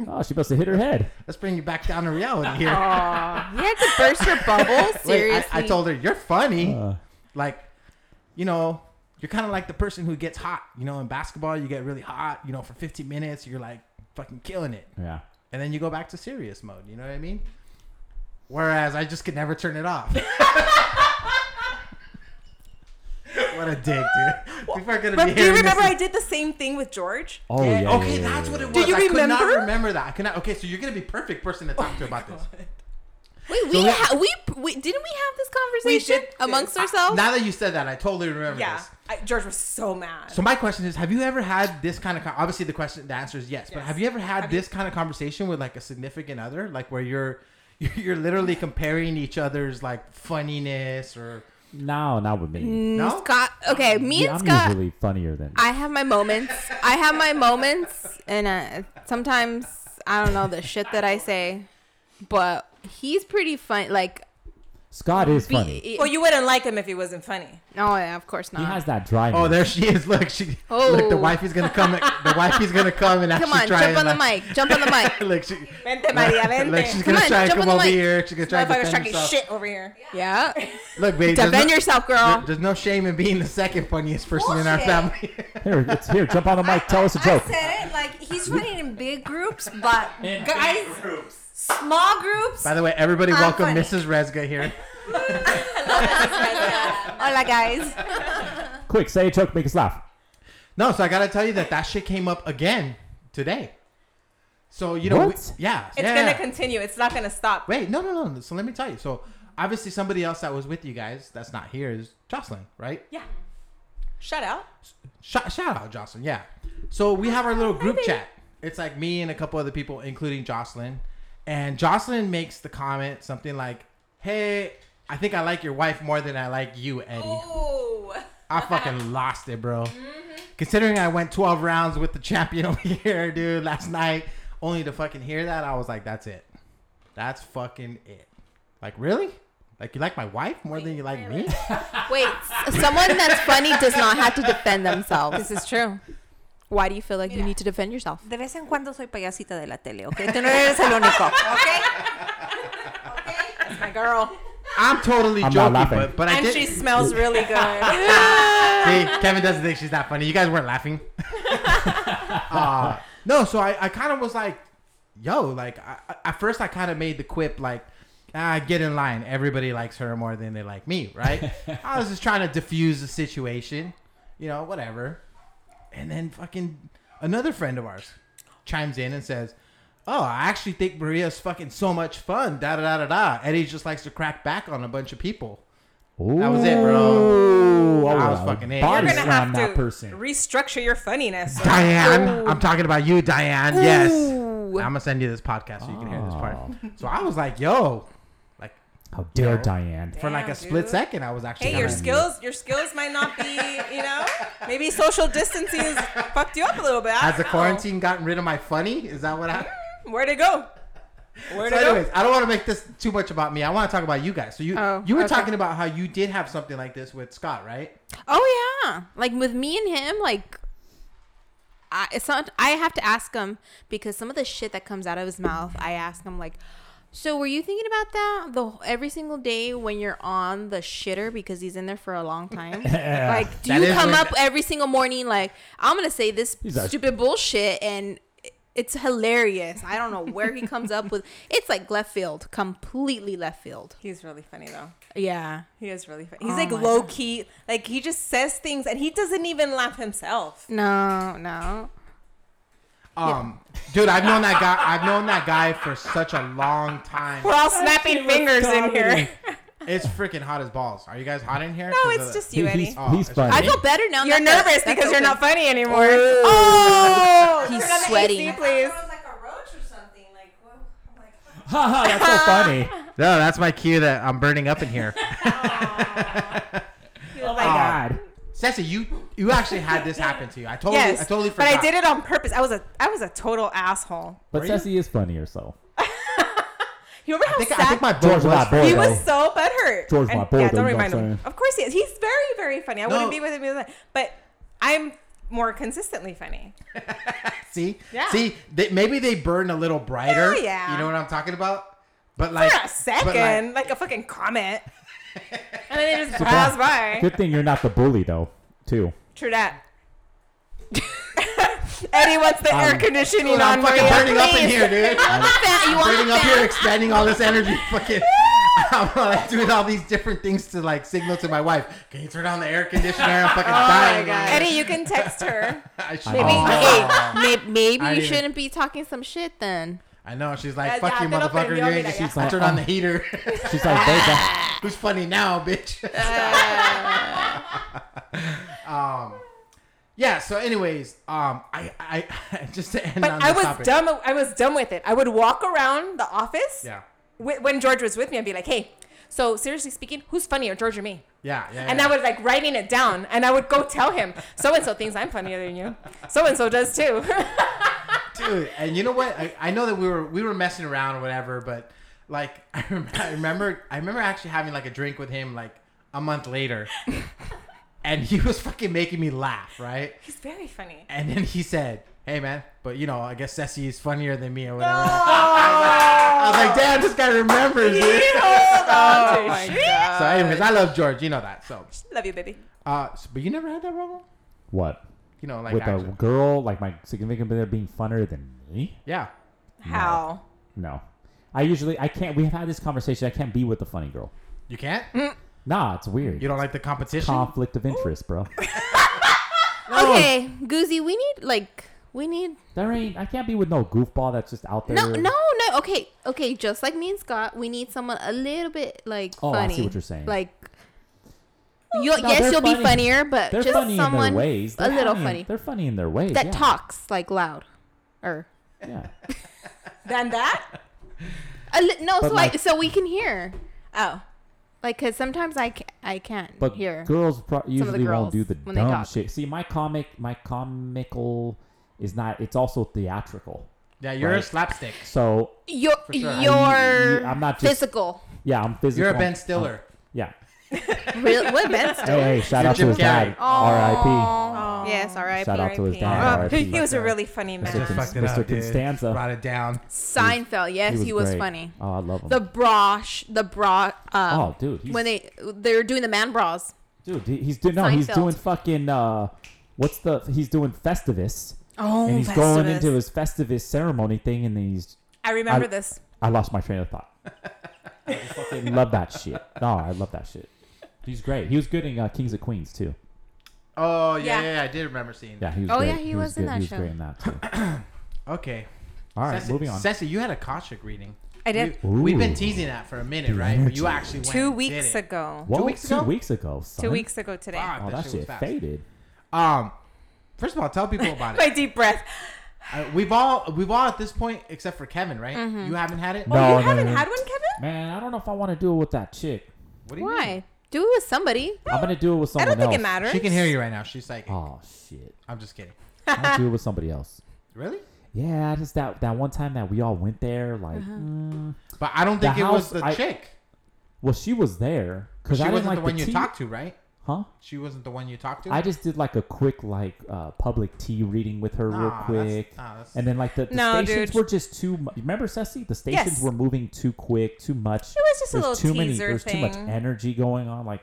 S6: Oh, she must have hit her head.
S4: let's bring you back down to reality here.
S5: You had to burst your bubble.
S4: Wait,
S5: Seriously.
S4: I, I told her, you're funny.
S6: Uh,
S4: like, you know, you're kind of like the person who gets hot. You know, in basketball, you get really hot, you know, for 15 minutes, you're like fucking killing it.
S6: yeah.
S4: And then you go back to serious mode. You know what I mean? Whereas I just could never turn it off. what a dick, dude. People are gonna
S3: But
S4: be
S3: do you
S4: hearing this
S3: remember
S4: and-
S3: I did the same thing with George?
S6: Oh, yeah. yeah,
S4: okay,
S6: yeah,
S4: that's
S6: yeah,
S4: what it was.
S3: Do you
S4: I could not
S3: remember?
S4: remember that. I could not. Okay, so you're gonna be perfect person to talk to about this.
S5: Wait, we, ha- we we didn't we have this conversation
S3: did this.
S5: amongst
S3: I-
S5: ourselves?
S4: Now that you said that, I totally remember
S3: Yeah.
S4: this.
S3: I, George was so mad.
S4: So my question is: Have you ever had this kind of? Con- obviously, the question, the answer is yes. But
S3: Yes.
S4: have you ever had
S3: Have you-
S4: this kind of conversation with like a significant other, like where you're you're literally comparing each other's like funniness or
S6: No, not with me.
S5: Mm,
S4: No?
S5: Scott. Okay, me
S6: Yeah,
S5: and
S6: I'm
S5: Scott.
S6: usually funnier than.
S5: I have my moments. I have my moments, and uh, sometimes I don't know the shit that I say, but he's pretty fun. Like,
S6: Scott is
S5: be-
S6: funny.
S3: well, you wouldn't like him if he wasn't funny.
S5: no, yeah, of course
S6: He has
S5: not.
S6: that dry.
S4: Oh,
S6: nose.
S4: there she is! Look, she look. The
S5: Oh.
S4: wifey's gonna come. the wifey's gonna come and actually
S5: Come on,
S4: try
S5: jump
S4: and,
S5: on the
S4: like,
S5: mic. Jump on the mic.
S4: look, she,
S3: Vente, Maria, vente.
S4: look, she's
S3: This
S4: gonna
S5: Come on,
S4: try and
S5: jump on
S4: come
S5: the
S4: over
S5: mic.
S4: here. She's gonna try and
S3: Motherfucker's
S4: defend
S3: talking
S4: herself.
S3: shit over here.
S5: Yeah.
S4: Look, babe, there's
S5: Defend
S4: no-
S5: yourself,
S4: there-
S5: girl.
S4: There's no shame in being the second funniest person in our family.
S6: Here, it's here. Jump on the mic. Tell us a joke.
S1: said it like he's running in big groups, but guys, small groups.
S4: By the way, everybody,
S1: I'm
S4: welcome
S1: funny.
S4: Mrs. Resga here.
S5: Hola, guys.
S6: Quick, say a joke. Make us laugh.
S4: No, so I gotta tell you that that shit came up again today. So you know, we-
S6: What?
S4: yeah,
S3: It's
S4: yeah.
S3: gonna continue. It's not gonna stop.
S4: Wait, no, no, no. So let me tell you. So obviously, somebody else that was with you guys that's not here is Jocelyn, right?
S3: Yeah. Shut out.
S4: Shout, shout out, Jocelyn. Yeah. So we have our little group chat. It's like me and a couple other people, including Jocelyn. And Jocelyn makes the comment something like, "Hey, I think I like your wife more than I like you, Eddie."
S3: Oh,
S4: I fucking lost it, bro. Considering I went 12 rounds with the champion over here, dude, last night, only to fucking hear that, I was like, "That's it. That's fucking it." Like, really? Like you like my wife more than you like me?
S5: Wait, s- someone that's funny does not have to defend themselves. This is true. Why do you feel like you need to defend yourself?
S1: De vez en cuando soy payasita de la tele, ¿ok? Tú no eres el único, ¿ok?
S3: That's my girl.
S4: I'm totally
S6: I'm not
S4: joking,
S6: laughing.
S4: but, but I
S3: And
S4: did.
S3: she smells really good.
S4: See, Kevin doesn't think she's that funny. You guys weren't laughing. uh, no, so I, I kind of was like, yo, like, I, I- at first I kind of made the quip, like, ah, get in line. Everybody likes her more than they like me, right? I was just trying to defuse the situation, you know, whatever. And then fucking another friend of ours chimes in and says, Oh, I actually think Maria's fucking so much fun. Da da da da da. Eddie just likes to crack back on a bunch of people.
S6: Ooh,
S4: That was it, bro. I was fucking it.
S6: Body
S3: You're gonna
S6: slam
S3: have
S6: that
S3: to
S6: person.
S3: restructure your funniness.
S4: Diane. I'm talking about you, Diane. Yes. I'm
S5: Ooh.
S4: gonna send you this podcast so you can hear this part.
S6: Oh.
S4: So I was like, yo, like
S6: How dare
S4: Yo.
S6: Diane?
S4: for like a
S3: Damn,
S4: split
S3: dude.
S4: second, I was actually.
S3: Hey, your
S4: kinda-
S3: skills, your skills might not be, you know, maybe social distancing has fucked you up a little bit. I
S4: Has the
S3: don't know.
S4: quarantine gotten rid of my funny? Is that what happened?
S3: Where'd it go? Word
S4: So
S3: it up.
S4: anyways, I don't want to make this too much about me. I want to talk about you guys. So you
S5: Oh,
S4: you were
S5: okay.
S4: talking about how you did have something like this with Scott, right?
S5: Oh yeah, like with me and him, like I it's not. I have to ask him because some of the shit that comes out of his mouth, I ask him like, "So were you thinking about that the every single day when you're on the shitter because he's in there for a long time? like, do
S4: That
S5: you
S4: is
S5: come
S4: when-
S5: up every single morning like I'm gonna say this
S6: He's a-
S5: stupid bullshit and." It's hilarious. I don't know where he comes up with. It's like left field, completely left field.
S3: He's really funny though.
S5: Yeah,
S3: He is really funny. He's
S5: Oh
S3: like
S5: my
S3: low key. Like he just says things and he doesn't even laugh himself.
S5: no, no.
S4: Um, dude, I've known that guy. I've known that guy for such a long time.
S3: We're all snapping fingers in here.
S4: It's freaking hot as balls. Are you guys hot in here?
S3: No,
S4: 'Cause
S3: it's
S4: of-
S3: just you,
S6: He,
S3: Eddie.
S6: he's,
S4: Oh,
S6: he's
S4: it's
S6: funny.
S5: I feel better now.
S3: You're
S5: that the-
S3: nervous
S5: that's
S3: because you're
S5: open.
S3: not funny anymore. Oh,
S5: He's
S3: turn on the
S5: sweating.
S3: AC, please.
S1: like a roach or something. Like, what? I'm like,
S6: Ha ha, that's so funny.
S4: No, that's my cue that I'm burning up in here.
S6: Oh my god.
S4: Ceci, you you actually had this happen to you. I totally
S3: Yes,
S4: I totally
S3: but
S4: forgot.
S3: I did it on purpose. I was a I was a total asshole.
S6: But
S4: Were you?
S6: Ceci is funnier, so.
S3: You remember
S4: I
S3: how
S4: think,
S3: sad
S4: I think my boy was.
S6: George, my boy.
S3: he
S6: though.
S3: was so butthurt.
S6: George
S3: And-
S6: my boy,
S3: Yeah,
S6: though,
S3: don't
S6: you know
S3: remind
S6: what I'm
S3: him.
S6: saying?
S3: Of course he is. He's very very funny. I
S4: No.
S3: wouldn't be with him, if- but I'm more consistently funny.
S4: See,
S3: Yeah.
S4: see, they, maybe they burn a little brighter.
S3: Hell yeah.
S4: You know what I'm talking about? But
S3: For
S4: like,
S3: a
S4: but like-
S3: second, like, a fucking comment, and then they just pass by.
S6: Good thing you're not the bully, though, too.
S3: True that. Eddie wants the air
S6: Um,
S3: conditioning
S4: Dude,
S3: on
S4: I'm fucking
S3: Maria,
S4: burning up in
S3: please.
S4: here, dude. I'm
S5: Fat- You want
S4: burning
S5: the
S4: up here,
S5: fat?
S4: expanding all this energy. Fucking, I'm like doing all these different things to like signal to my wife. Can you turn on the air conditioner? I'm
S3: Oh
S4: fucking dying.
S3: Eddie, you can text her.
S4: I should.
S6: Maybe-
S4: Oh.
S5: Maybe, maybe
S4: I
S5: you
S4: didn't-
S5: shouldn't be talking some shit then.
S4: I know. She's like,
S3: Yeah,
S4: "Fuck
S3: yeah,
S4: you,
S3: te lo
S4: motherfucker!" You
S3: prendió,
S4: ain't
S3: mira,
S4: she's
S6: ya.
S4: I turn on the heater.
S6: She's like, babe, that's-
S4: Who's funny now, bitch?
S3: Uh.
S4: um, yeah. So, anyways, um, I, I, just to end
S3: But
S4: on
S3: I
S4: this
S3: was
S4: topic.
S3: dumb. I was dumb with it. I would walk around the office
S4: Yeah,
S3: wi- when George was with me. I'd be like, "Hey, so seriously speaking, who's funnier, George or me?"
S4: yeah, yeah.
S3: And
S4: yeah.
S3: I was like writing it down, and I would go tell him, "So and so thinks I'm funnier than you. So and so does too."
S4: dude. And you know what? I, I know that we were we were messing around or whatever, but like I, rem- I remember I remember actually having like a drink with him like a month later, and he was fucking making me laugh, right?
S3: He's very funny.
S4: And then he said, "Hey man, but you know, I guess Ceci is funnier than me or whatever." I was like, "Damn, this guy remembers it."
S3: oh my god!
S4: So, anyways, I love George. You know that. So,
S3: Love you, baby.
S4: uh, s- but you never had that problem.
S6: What?
S4: You know, like
S6: With a
S4: actually,
S6: girl, like my significant other being funner than me?
S4: yeah.
S3: How?
S6: No. I usually, I can't, we've had this conversation. I can't be with the funny girl.
S4: You can't.
S6: Nah, it's weird.
S4: You don't like the competition.
S6: Conflict of interest, bro.
S5: Okay, Goozy, we need like we need
S6: There ain't, I can't be with no goofball that's just out there.
S5: no no no. Okay, okay, just like me and Scott, we need someone a little bit like
S6: Oh, I see
S5: funny.
S6: what you're saying.
S5: Like, you'll,
S6: No,
S5: yes,
S6: they're
S5: you'll be
S6: funny.
S5: funnier, but
S6: They're
S5: just
S6: funny
S5: someone
S6: in their ways.
S5: a
S6: They're
S5: little
S6: in-
S5: funny
S6: They're funny in their ways.
S5: that
S6: yeah.
S5: talks like loud, or
S6: Yeah.
S3: Than that?
S5: a li- no,
S6: But
S5: so I
S6: like-
S5: so we can hear.
S3: Oh.
S5: Like, cause sometimes I ca- I can't
S6: But
S5: hear.
S6: girls pro- usually won't
S5: girls
S6: do the
S5: when they
S6: dumb
S5: talk.
S6: shit. See, my comic, my comical is not. It's also theatrical.
S4: Yeah, you're a
S6: Right.
S4: slapstick.
S6: So
S5: your
S4: sure. I-
S5: your
S6: you- I'm not just-
S5: physical.
S6: yeah, I'm physical. Um,
S4: You're a Ben Stiller.
S6: Yeah.
S5: Real, what Ben
S6: Hey, hey, shout
S4: You're
S6: out
S4: Jim
S6: to his
S4: Carrey.
S6: dad. R.I.P.
S5: Oh. Yes, R.I.P.
S6: Shout out to his
S3: R.I.P..
S6: dad.
S4: Oh,
S6: R.I.P.
S3: He was a really funny man.
S6: Mr.
S4: Fucked
S6: Const-
S4: it up,
S6: Mr.
S4: dude.
S6: Constanza.
S4: Brought it down.
S5: Seinfeld. Yes, he was,
S6: great.
S5: funny.
S6: Oh, I love him.
S5: The bra, sh- the bra. Um,
S6: Oh, dude, he's-
S5: When they they were doing the man bras.
S6: Dude, he- he's doing no, he's
S5: Seinfeld.
S6: doing fucking uh, what's the? He's doing Festivus,
S5: Oh,
S6: and he's going into his Festivus ceremony thing, and then he's
S3: I remember
S6: I-
S3: this.
S6: I lost my train of thought. I fucking love that shit. No, I love that shit. He's great. He was good in uh, Kings of Queens too.
S4: Oh yeah,
S3: Yeah.
S4: yeah, I did remember seeing.
S6: Yeah,
S4: that.
S6: he was.
S5: Oh,
S6: great.
S5: yeah, he was in
S6: good.
S5: that
S6: He was
S5: show.
S6: great in that too.
S4: Okay.
S6: All right,
S4: Ceci-
S6: moving on.
S4: Ceci, you had a Kashuk reading.
S3: I did
S4: We, we've been
S6: Ooh.
S4: teasing that for a minute,
S6: The
S4: right? But you
S6: energy.
S4: actually went
S3: two
S4: and did
S3: weeks
S4: it.
S3: ago.
S6: Whoa,
S4: weeks ago?
S6: Two weeks ago. Son.
S3: Two weeks ago today.
S4: Fuck,
S6: Oh, that,
S4: shit was
S6: shit
S4: fast.
S6: faded.
S4: Um, first of all, tell people about
S3: My
S4: it.
S3: deep breath.
S4: Uh, we've all we've all at this point, except for Kevin, right?
S5: Mm-hmm.
S4: You haven't had it.
S6: No,
S3: oh, you
S6: no,
S3: haven't
S6: no.
S3: had one, Kevin?
S6: Man, I don't know if I want to do it with that chick.
S4: What do you mean?
S5: Why? Do it with somebody.
S6: I'm gonna do it with
S3: I
S6: someone
S3: don't think
S6: else.
S3: it matters.
S4: She can hear you right now. She's like,
S6: Oh shit!
S4: I'm just kidding.
S6: I'm gonna do it with somebody else.
S4: Really?
S6: yeah, just that that one time that we all went there. Like,
S3: Uh-huh.
S6: mm.
S4: But I don't think
S6: The
S4: it was
S6: house,
S4: the
S6: I-
S4: chick.
S6: well, she was there because
S4: She
S6: I didn't
S4: wasn't
S6: like
S4: the one you
S6: tea.
S4: talked to, right?
S6: huh?
S4: She wasn't the one you talked to.
S6: I just did like a quick like uh, public tea reading with her real
S4: Nah, that's-
S6: quick,
S4: nah, that's-
S6: and then like the, the
S3: No,
S6: stations
S3: dude.
S6: were just too. Mu- remember, Ceci, the stations
S3: Yes.
S6: were moving too quick, too much. It
S3: was just a little
S6: too many.
S3: teaser
S6: There's too
S3: thing.
S6: much energy going on. Like,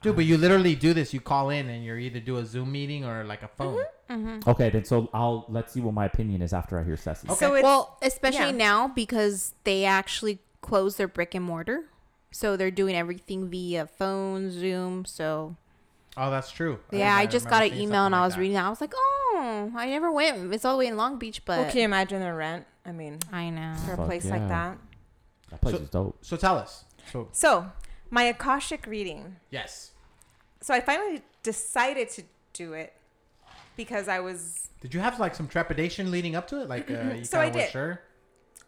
S4: dude, but you literally do this. You call in and you are either do a Zoom meeting or like a phone.
S5: Mm-hmm.
S3: Mm.
S6: okay, then so I'll let's see what my opinion is after I hear Ceci.
S4: Oh,
S3: So it's
S5: well, especially
S3: yeah.
S5: now because they actually closed their brick and mortar. So they're doing everything via phone, Zoom. So
S4: Oh, that's true.
S5: yeah, I,
S4: I
S5: just
S4: remember
S5: got an
S4: seeing
S5: email and
S4: something
S5: I
S4: like
S5: was
S4: that.
S5: reading that. I was like, oh, I never went. It's all the way in Long Beach, but
S3: well, can you imagine the rent? I mean,
S5: I know.
S3: for a
S6: Fuck
S3: place
S6: yeah.
S3: like that.
S6: That place
S4: So-
S6: is dope.
S4: So tell us. So
S3: So my akashic reading.
S4: yes,
S3: So I finally decided to do it because I was
S4: did you have like some trepidation leading up to it? Like uh,
S5: Mm-hmm.
S4: you
S3: So I
S4: kind of were
S3: did.
S4: sure.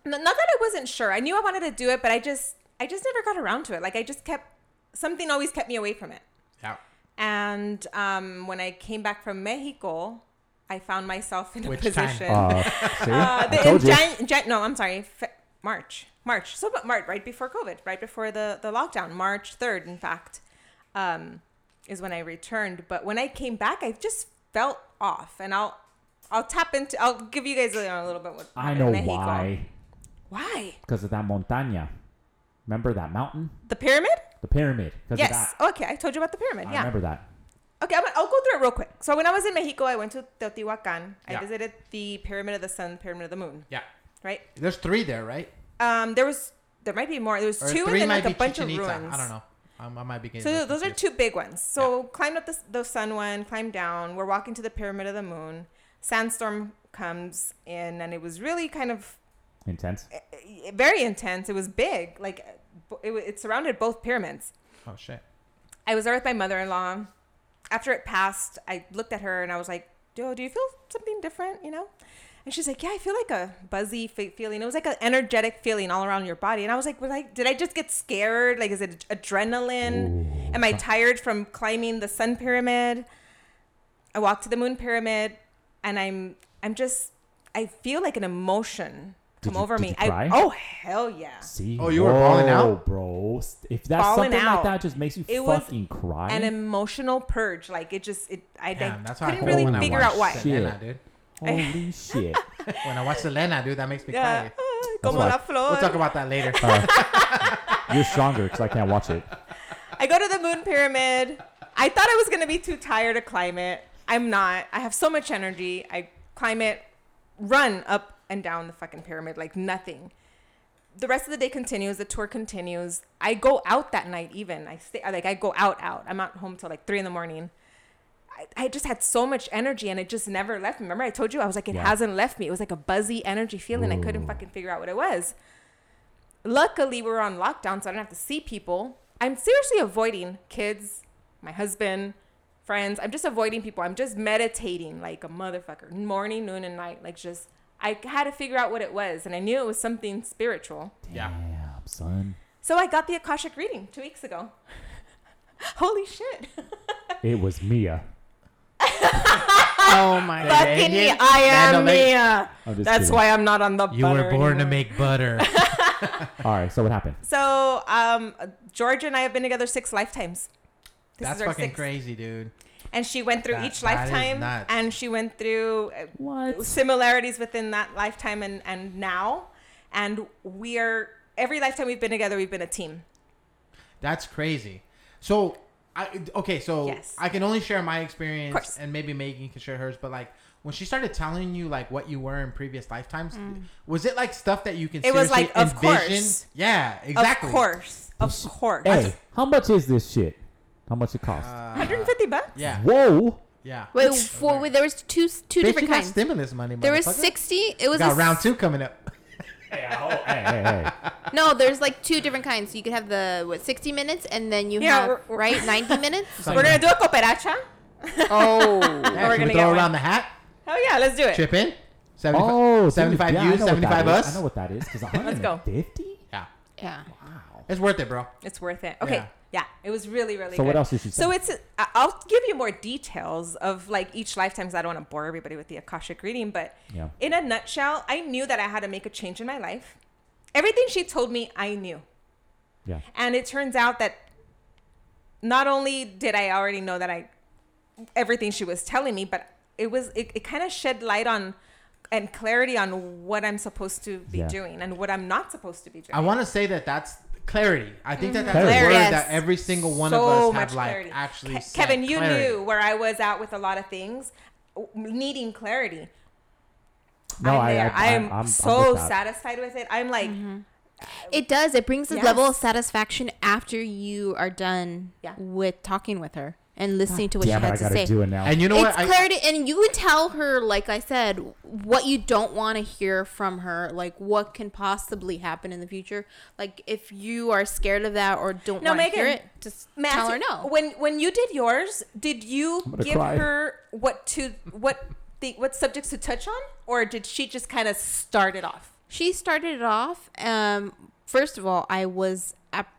S3: N- not that I wasn't sure. I knew I wanted to do it, but I just I just never got around to it. Like I just kept something always kept me away from it.
S4: Yeah.
S3: And um, when I came back from Mexico, I found myself in
S4: Which
S3: a
S4: time?
S3: position.
S6: Uh, see,
S3: Uh,
S6: I
S3: the, in
S6: told you.
S3: Jan- Jan- no, I'm sorry. Fe- March, March. So, but March, right before COVID, right before the the lockdown, March third, in fact, um, is when I returned. But when I came back, I just felt off, and I'll I'll tap into. I'll give you guys a, a little bit. What
S6: I know
S3: happened in Mexico.
S6: why.
S3: Why
S6: Because of that montaña. Remember that mountain,
S3: the pyramid?
S6: the pyramid. Because of
S3: Yes.
S6: that.
S3: Okay, I told you about the pyramid.
S6: I
S3: yeah.
S6: remember that.
S3: Okay, I'm, gonna- I'll go through it real quick. So when I was in Mexico, I went to Teotihuacan. I
S4: Yeah.
S3: visited the Pyramid of the Sun, Pyramid of the Moon.
S4: Yeah.
S3: Right.
S4: There's three there, right?
S3: Um, there was there might be more. There was
S4: Or
S3: two, and
S4: three
S3: then like
S4: might
S3: a
S4: be
S3: bunch
S4: Chichen
S3: of
S4: Itza.
S3: ruins.
S4: I don't know. I'm, I might be getting.
S3: So those are
S4: confused.
S3: two big ones. So climbed up the, the sun one, climbed down. We're walking to the Pyramid of the Moon. Sandstorm comes in, and it was really kind of
S6: Intense.
S3: eh, very intense. It was big. Like eh, bo- it, wa- it surrounded both pyramids.
S4: Oh shit.
S3: I was there with my mother-in-law. After it passed, I looked at her and I was like, "Yo, do you feel something different?" You know, and she's like, "Yeah, I feel like a buzzy fe- feeling. It was like an energetic feeling all around your body." And I was like, "Was I? Did I just get scared? Like, is it adrenaline? Am I tired from climbing the sun pyramid?" I walk to the moon pyramid, and I'm I'm just I feel like an emotion
S6: Did
S3: come
S6: you-
S3: over
S6: did
S3: me.
S6: you
S3: I
S6: cry?
S3: oh hell yeah.
S6: See?
S4: Oh, you were balling
S6: Whoa,
S4: out?
S6: bro. S- If that's
S3: Balling
S6: something like
S3: out.
S6: that, just makes you
S3: It was
S6: fucking cry.
S3: an emotional purge. Like it just, it I,
S4: Damn,
S3: I
S4: that's how I
S3: couldn't
S4: felt
S3: really
S4: when I
S3: figure
S4: watched
S3: out why.
S4: Selena, dude.
S6: Holy shit!
S4: When I watch Selena, dude, that makes me
S3: Yeah,
S4: cry.
S3: ah, como
S6: why.
S3: la flor.
S4: We'll talk about that later.
S6: You're stronger because I can't watch it.
S3: I go to the moon pyramid. I thought I was gonna be too tired to climb it. I'm not. I have so much energy. I climb it, run up and down the fucking pyramid like nothing. The rest of the day continues. The tour continues. I go out that night. Even I stay like I go out out. I'm not home till like three in the morning. I, I just had so much energy and it just never left me. Remember I told you I was like it
S6: Yeah.
S3: hasn't left me. It was like a buzzy energy feeling. I couldn't fucking figure out what it was. Luckily, we were on lockdown, so I don't have to see people. I'm seriously avoiding kids, my husband, friends. I'm just avoiding people. I'm just meditating like a motherfucker, morning, noon, and night. Like, just, I had to figure out what it was, and I knew it was something spiritual.
S4: Yeah.
S6: Damn, son.
S3: So I got the Akashic reading two weeks ago. Holy shit.
S6: It was Mia.
S4: oh my god.
S3: Fucking I am Mia.
S6: I'm just
S3: That's
S6: kidding.
S3: why I'm not on the
S4: You were
S3: butter
S4: born to
S3: anymore.
S4: make butter.
S6: All right. So what happened?
S3: So, um, George and I have been together six lifetimes. This
S4: That's
S3: is our
S4: fucking
S3: sixth.
S4: crazy, dude.
S3: and she went through
S4: That-
S3: each
S4: that is
S3: lifetime
S4: nuts.
S3: and she went through uh,
S6: What?
S3: similarities within that lifetime and and now and we are every lifetime we've been together we've been a team
S4: That's crazy. So, I okay. So
S3: Yes.
S4: I can only share my experience,
S3: course.
S4: and maybe Megan can share hers. But like when she started telling you like what you were in previous lifetimes, was it like stuff that you can?
S3: Mm. It was,
S4: seriously
S3: like, of
S4: envision?
S3: course.
S4: Yeah, exactly.
S3: of course of course
S6: Hey, how much is this shit? How much it cost?
S4: Uh,
S3: 150 bucks
S4: Yeah,
S6: Whoa.
S4: yeah.
S5: Wait, for, wait, there was two two
S4: Bitch, you
S5: different
S4: got
S5: kinds.
S4: stimulus money.
S5: There was
S4: motherfucker.
S5: sixty. It
S4: We
S5: was a
S4: got
S5: s-
S4: round two coming up.
S6: Hey, oh, hey, hey, hey.
S5: No, there's like two different kinds. You could have the what sixty minutes, and then you
S3: Yeah,
S5: have
S3: we're- we're-
S5: right ninety minutes.
S3: we're gonna do a cooperacha
S4: Oh,
S3: We're
S4: yeah, should
S3: gonna
S4: we
S3: get
S4: throw
S3: one.
S4: around the hat?
S3: oh yeah let's do it
S4: Chip in. 75,
S6: Oh, dude,
S4: 75
S6: yeah, I
S4: you,
S6: know what that
S4: 75
S6: is.
S4: us.
S6: I know what that is. Because
S3: go.
S6: 150.
S4: Yeah.
S5: Yeah.
S4: It's worth it, bro.
S3: It's worth it. Okay.
S4: Yeah.
S3: Yeah. it was really, really
S6: So
S3: good.
S6: what else did she
S3: So
S6: say?
S3: it's, I- I'll give you more details of like each lifetime 'cause I don't want to bore everybody with the Akashic reading, but
S6: Yeah.
S3: in a nutshell, I knew that I had to make a change in my life. Everything she told me, I knew.
S6: Yeah.
S3: And it turns out that not only did I already know that I everything she was telling me, but it was it, it kind of shed light on and clarity on what I'm supposed to be
S6: Yeah.
S3: doing and what I'm not supposed to be doing.
S4: I want to say that that's clarity. I think that that's a
S6: Clarity.
S4: word
S5: Yes.
S4: that every single one
S3: so
S4: of us
S3: much
S4: have like
S3: clarity.
S4: actually.
S3: Ke-
S4: said.
S3: Kevin, you
S4: Clarity.
S3: knew where I was at with a lot of things, w- needing clarity.
S6: No,
S3: I'm
S6: I,
S3: there.
S6: I,
S3: am
S6: I'm, I'm
S3: so
S6: with that.
S3: satisfied with it. I'm like,
S5: Mm-hmm. It does. It brings a level of
S3: Yes.
S5: satisfaction after you are done
S3: Yeah.
S5: with talking with her and listening to what
S6: Damn
S5: she
S6: it, I
S5: had to
S6: gotta
S5: say.
S6: do it now.
S4: And you know
S5: it's
S4: what? I-
S5: clarity, and you would tell her, like I said, what you don't want to hear from her, like what can possibly happen in the future. Like if you are scared of that or don't
S3: No,
S5: want to hear
S3: Megan,
S5: it, just
S3: Matthew,
S5: tell her no.
S3: When when you did yours, did you
S6: I'm gonna
S3: give
S6: cry.
S3: her what to what the what subjects to touch on, or did she just kind of start it off?
S5: she started it off um first of all i was ap-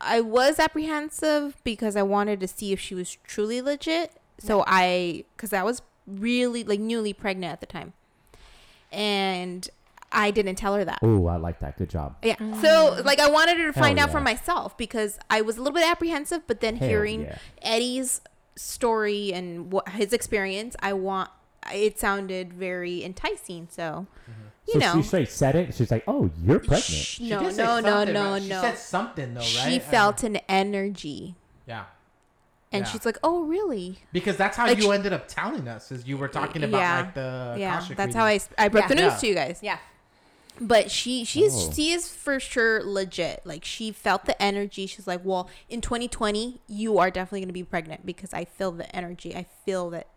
S5: i was apprehensive because i wanted to see if she was truly legit so i because i was really like newly pregnant at the time and i didn't tell her that
S6: Ooh, I like that. Good job.
S5: yeah
S4: Mm.
S5: so like i wanted her to find out for
S6: yeah.
S5: myself because i was a little bit apprehensive but then
S6: Hell
S5: hearing
S6: yeah.
S5: eddie's story and what his experience i want it sounded very enticing so you
S6: so
S5: know
S6: she straight said it. She's like, "Oh, you're pregnant."
S5: Sh-
S4: She
S5: no,
S4: did say
S5: no, no,
S4: something,
S5: no,
S4: right? She
S5: no.
S4: said something though, right?
S5: She
S4: I-
S5: felt an energy,
S4: Yeah.
S5: and
S4: Yeah.
S5: she's like, "Oh, really?"
S4: Because that's how
S5: Like
S4: you
S5: she-
S4: ended up telling us, is you were talking about
S5: Yeah.
S4: like the
S5: yeah,
S4: Akashic
S5: that's how I
S4: reading.
S5: s- I broke
S3: Yeah.
S5: the news
S4: Yeah.
S5: to you guys.
S3: Yeah.
S5: But she she's
S6: Oh.
S5: she is for sure legit. Like she felt the energy. She's like, "Well, in 2020, you are definitely going to be pregnant because I feel the energy. I feel that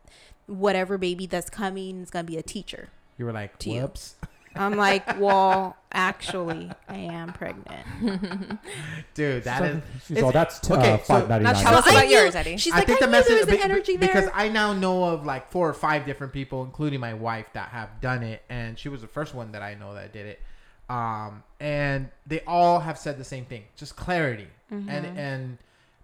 S5: whatever baby that's coming is going to be a teacher."
S4: You were like,
S5: to you.
S4: whoops,
S5: I'm like, "Well, actually, I am pregnant."
S4: dude, that
S6: So-
S4: is.
S6: She's
S4: it's-
S6: all that's t-
S4: okay,
S6: uh,
S4: so
S6: five ninety
S3: now
S6: nine.
S3: tell us
S5: I
S3: about
S5: knew-
S3: yours, Eddie.
S5: She's
S4: I
S5: like,
S4: think the
S5: "I knew there
S4: message
S5: was an
S4: be- be-
S5: energy there."
S4: because I now know of like four or five different people, including my wife, that have done it, and she was the first one that I know that did it. Um, and they all have said the same thing: just clarity.
S5: Mm-hmm.
S4: And and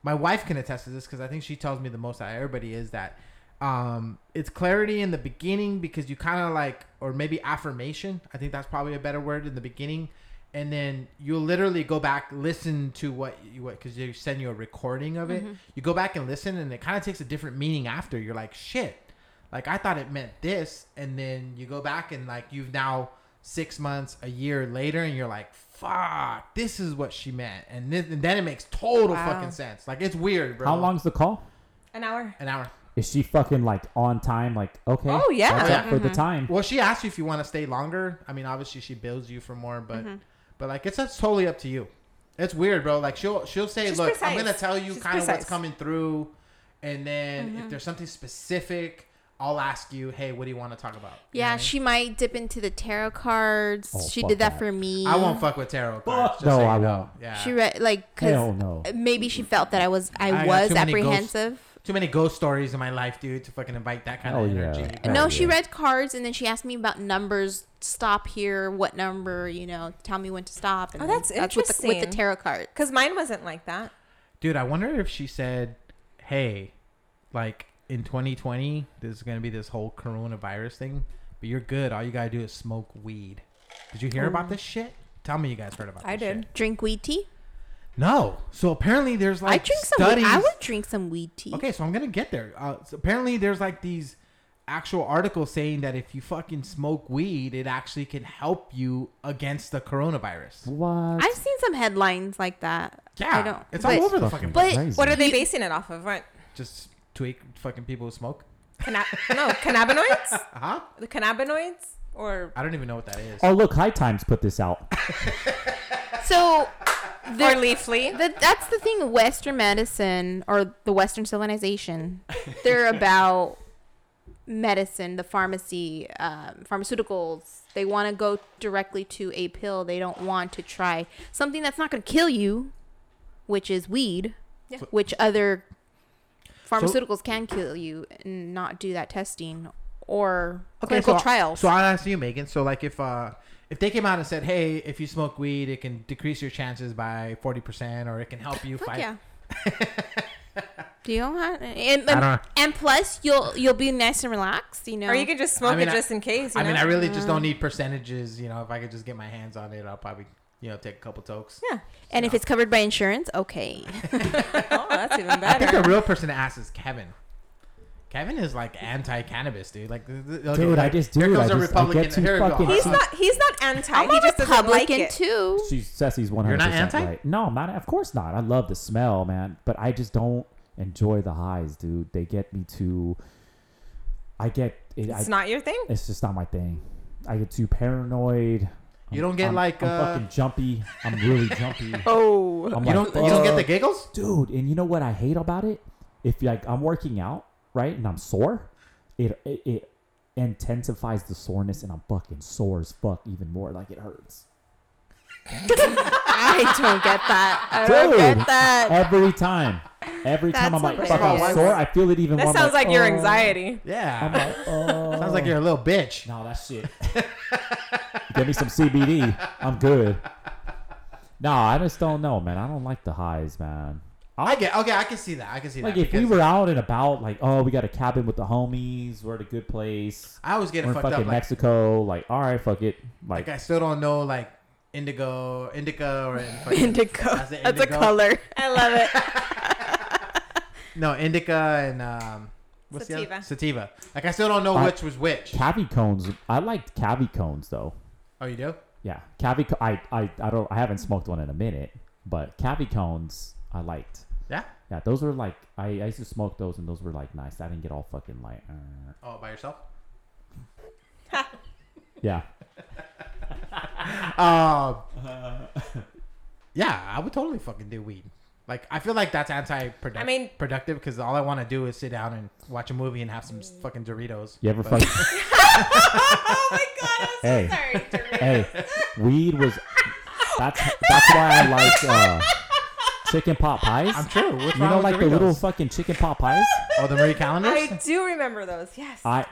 S4: my wife can attest to this because I think she tells me the most out of everybody is that um, it's clarity in the beginning because you kind of like, or maybe affirmation. I think that's probably a better word in the beginning. And then you literally go back, listen to what you what because they send you a recording of it. You go back and listen, and it kind of takes a different meaning after. You're like, shit, like I thought it meant this, and then you go back and like you've now six months, a year later, and you're like, fuck, this is what she meant, and, this, and then it makes total
S3: Wow.
S4: fucking sense. Like it's weird, bro.
S6: How long's the call?
S3: An hour.
S4: An hour.
S6: Is she fucking like on time? Like, okay.
S3: Oh, yeah.
S6: That's up
S4: Yeah.
S6: for the time.
S4: Well, she asked you if you want to stay longer. I mean, obviously she bills you for more, but
S5: Mm-hmm.
S4: but like it's that's totally up to you. It's weird, bro. Like she'll she'll say,
S3: She's
S4: look, I'm
S3: precise.
S4: gonna tell you
S3: She's
S4: kind of what's
S3: precise.
S4: coming through, and then
S5: Mm-hmm.
S4: if there's something specific, I'll ask you, hey, what do you want to talk about? You know what I
S5: Yeah,
S4: mean?
S5: she might dip into the tarot cards.
S6: Oh,
S5: she
S6: fuck
S5: did that,
S6: that.
S5: for me.
S4: I won't fuck with tarot cards. just
S6: no,
S4: so you
S6: I
S4: know.
S6: won't.
S4: Yeah.
S5: She read like
S6: Hell
S5: because
S6: no.
S5: maybe she felt that I was I,
S4: I got
S5: was
S4: too many ghosts.
S5: apprehensive.
S4: Too many ghost stories in my life, dude, to fucking invite that kind
S6: Oh,
S4: of
S6: yeah.
S4: energy.
S6: Yeah.
S5: no, she
S6: yeah.
S5: read cards and then she asked me about numbers. Stop here. What number? You know, tell me when to stop. And
S3: Oh,
S5: then
S3: that's
S5: with the, with the
S3: interesting.
S5: tarot card.
S3: Because mine wasn't like that.
S4: Dude, I wonder if she said, "Hey, like in 2020, there's gonna be this whole coronavirus thing, but you're good. All you gotta do is smoke weed." Did you hear about this shit? Tell me you guys heard about.
S3: I
S4: this
S3: did.
S4: shit.
S5: Drink weed tea.
S4: No. So apparently, there's like
S5: I drink some.
S4: studies.
S5: Weed. I would drink some weed tea.
S4: Okay, so I'm gonna get there. Uh, so apparently, there's like these actual articles saying that if you fucking smoke weed, it actually can help you against the coronavirus.
S6: What?
S5: I've seen some headlines like that.
S4: Yeah,
S5: I don't.
S4: It's
S5: but
S4: all over the fucking.
S6: Fucking
S5: but-
S6: crazy.
S3: What are they basing it off of? Right?
S4: Just tweak fucking people who smoke.
S3: Canna- no, cannabinoids?
S4: Huh?
S3: The cannabinoids? Or,
S4: I don't even know what that is.
S6: Oh look, High Times put this out.
S5: So
S3: or leafly?
S5: That, that's the thing. Western medicine or the Western civilization, they're about medicine, the pharmacy, um, pharmaceuticals. They want to go directly to a pill. They don't want to try something that's not going to kill you, which is weed,
S3: Yeah.
S5: which other pharmaceuticals can kill you and not do that testing or clinical
S4: so I-
S5: trials.
S4: so I'll ask you, Megan. So like if uh if they came out and said, Hey, if you smoke weed it can decrease your chances by forty percent or it can help you
S5: Fuck
S4: fight
S5: yeah. Do you have and,
S4: I
S5: and,
S4: don't-
S5: and plus you'll you'll be nice and relaxed, you know.
S3: Or you could just smoke
S4: mean,
S3: it
S4: I-
S3: just in case. You
S4: I mean
S3: know?
S4: I really just don't need percentages, you know, if I could just get my hands on it, I'll probably you know, take a couple tokes.
S5: yeah. And if it's covered by insurance, okay.
S3: oh, that's even
S4: I think
S3: better.
S4: the real person to ask is Kevin. Kevin is like anti-cannabis, dude. Like, th- th- okay,
S6: Dude, I
S4: like,
S6: just
S4: here
S6: do it.
S4: comes
S6: I
S4: a
S6: just- I
S4: Republican.
S6: get too
S4: here we go.
S6: fucking-
S3: He's not. He's not anti.
S5: I'm
S3: he
S5: a
S3: just doesn't like
S5: Republican
S3: it.
S5: too.
S6: She's Ceci's one
S4: You're
S6: hundred
S4: not
S6: percent
S4: anti?
S6: right. No, I'm not. Of course not. I love the smell, man. But I just don't enjoy the highs, dude. They get me too. I get. It, I,
S3: It's not your thing.
S6: it's just not my thing. I get too paranoid.
S4: You
S6: I'm-
S4: don't get
S6: I'm-
S4: like,
S6: I'm
S4: uh,
S6: fucking jumpy. I'm really jumpy.
S3: Oh.
S6: I'm
S4: You
S6: like,
S4: don't, you don't get the
S6: "Fuck."
S4: giggles?
S6: dude. And you know what I hate about it? If like I'm working out, right, and I'm sore, it it, it intensifies the soreness, and I'm fucking sore as fuck even more. Like it hurts.
S5: I don't get that. I
S6: Dude, Oh,
S5: don't get that.
S6: every time, every time I'm
S5: That's
S6: like, fuck,
S5: hilarious.
S6: I'm sore. I feel it even.
S3: That
S6: more. I'm
S3: sounds like your
S6: oh.
S3: anxiety.
S6: I'm
S4: Yeah.
S6: like, oh.
S4: Sounds like you're a little bitch.
S6: No, that's shit. Give me some CBD. I'm good. No, I just don't know, man. I don't like the highs, man.
S4: I get. Okay, I can see that. I can see
S6: Like
S4: that.
S6: if we
S4: because
S6: were out and about, like, oh, we got a cabin with the homies. We're at a good place.
S4: I always get
S6: We're
S4: it
S6: in
S4: fucked
S6: fucking
S4: up. Like,
S6: Mexico. Like, all right, fuck it. Like,
S4: like I still don't know like indigo, indica, or fucking-
S5: Indigo.
S4: That's
S5: That's,
S4: the
S5: a
S4: indigo.
S5: color. I love it.
S4: no indica and um what's the other? sativa. Like I still don't know
S6: Uh,
S4: which was which.
S6: cavi cones. I liked cavi cones though.
S4: Oh, you do?
S6: Yeah, cavi. Co- I, I I don't. I haven't smoked one in a minute, but cavi cones I liked.
S4: Yeah.
S6: Yeah, those were like I, I used to smoke those, and those were like nice. I didn't get all fucking like. uh,
S4: Oh, by yourself?
S6: yeah,
S4: Um. yeah, I would totally fucking do weed. Like I feel like that's anti-productive.
S3: I mean-
S4: productive because all I want to do is sit down and watch a movie and have some
S3: Mm.
S4: s- fucking Doritos.
S6: you ever
S4: But-
S6: fuck?
S3: Oh my god. I'm
S6: hey,
S3: sorry, Doreen.
S6: hey, weed was. That's that's why I like uh, chicken pot pies.
S4: I'm true. What's
S6: you
S4: wrong
S6: know,
S4: with
S6: like
S4: Doritos?
S6: the little fucking chicken pot pies.
S4: oh the Marie calendars.
S3: I do remember those. Yes.
S6: I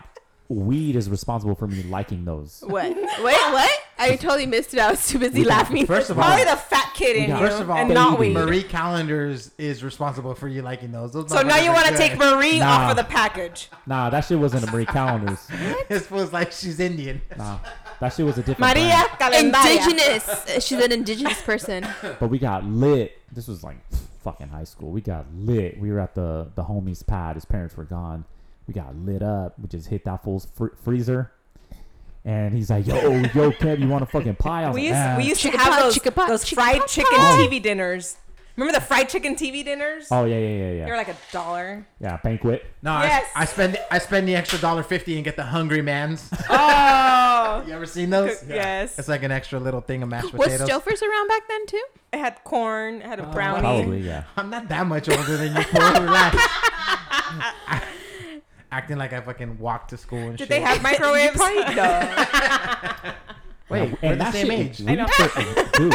S6: weed is responsible for me liking those.
S5: What? Wait, what? I totally missed it. I was too busy laughing.
S4: First of all,
S3: Probably the fat kid in
S6: Yeah.
S3: you,
S4: first of all,
S3: and not
S6: baby.
S3: weed.
S4: Marie calendars is responsible for you liking those. Those
S3: So now
S4: motherfuckers
S3: you
S4: are
S3: want to
S4: good.
S3: take Marie
S6: Nah.
S3: off of the package.
S6: Nah, that shit wasn't a Marie Callender's.
S4: This was like she's Indian.
S6: Nah, that shit was a different.
S3: Maria
S6: brand.
S3: Calendaria.
S5: indigenous. Uh, She's an indigenous person.
S6: But we got lit. This was like fucking high school. We got lit. We were at the the homie's pad. His parents were gone. We got lit up. We just hit that fool's fr- freezer. And he's like, "Yo, yo, Kev, you want a fucking pie?" I was
S3: We
S6: like,
S3: used,
S6: "Nah."
S3: we used to
S5: Chicken
S3: have
S5: pot,
S3: those,
S5: chicken pot,
S3: those
S5: chicken
S3: fried
S5: pot
S3: chicken
S5: pie.
S3: TV dinners. Remember the fried chicken TV dinners?
S6: "Oh yeah, yeah, yeah,
S3: They
S6: yeah,
S3: were like a dollar.
S6: yeah." Banquet.
S4: No, I-
S3: Yes.
S4: I, spend I spend the extra dollar fifty and get the Hungry Man's.
S3: Oh,
S4: You ever seen those?
S3: yes.
S4: It's like an extra little thing of mashed
S5: Was
S4: potatoes.
S5: Stouffer's around back then too?
S3: it had corn. It had a brownie.
S6: Oh, Probably, yeah.
S4: I'm not that much older than you, Paul. Relax. Acting like I fucking walked to school and
S3: Did
S4: shit.
S3: they have microwaves?
S4: Wait,
S6: Yeah,
S4: we're the
S6: that
S4: same age.
S6: shit- we fucking- dude,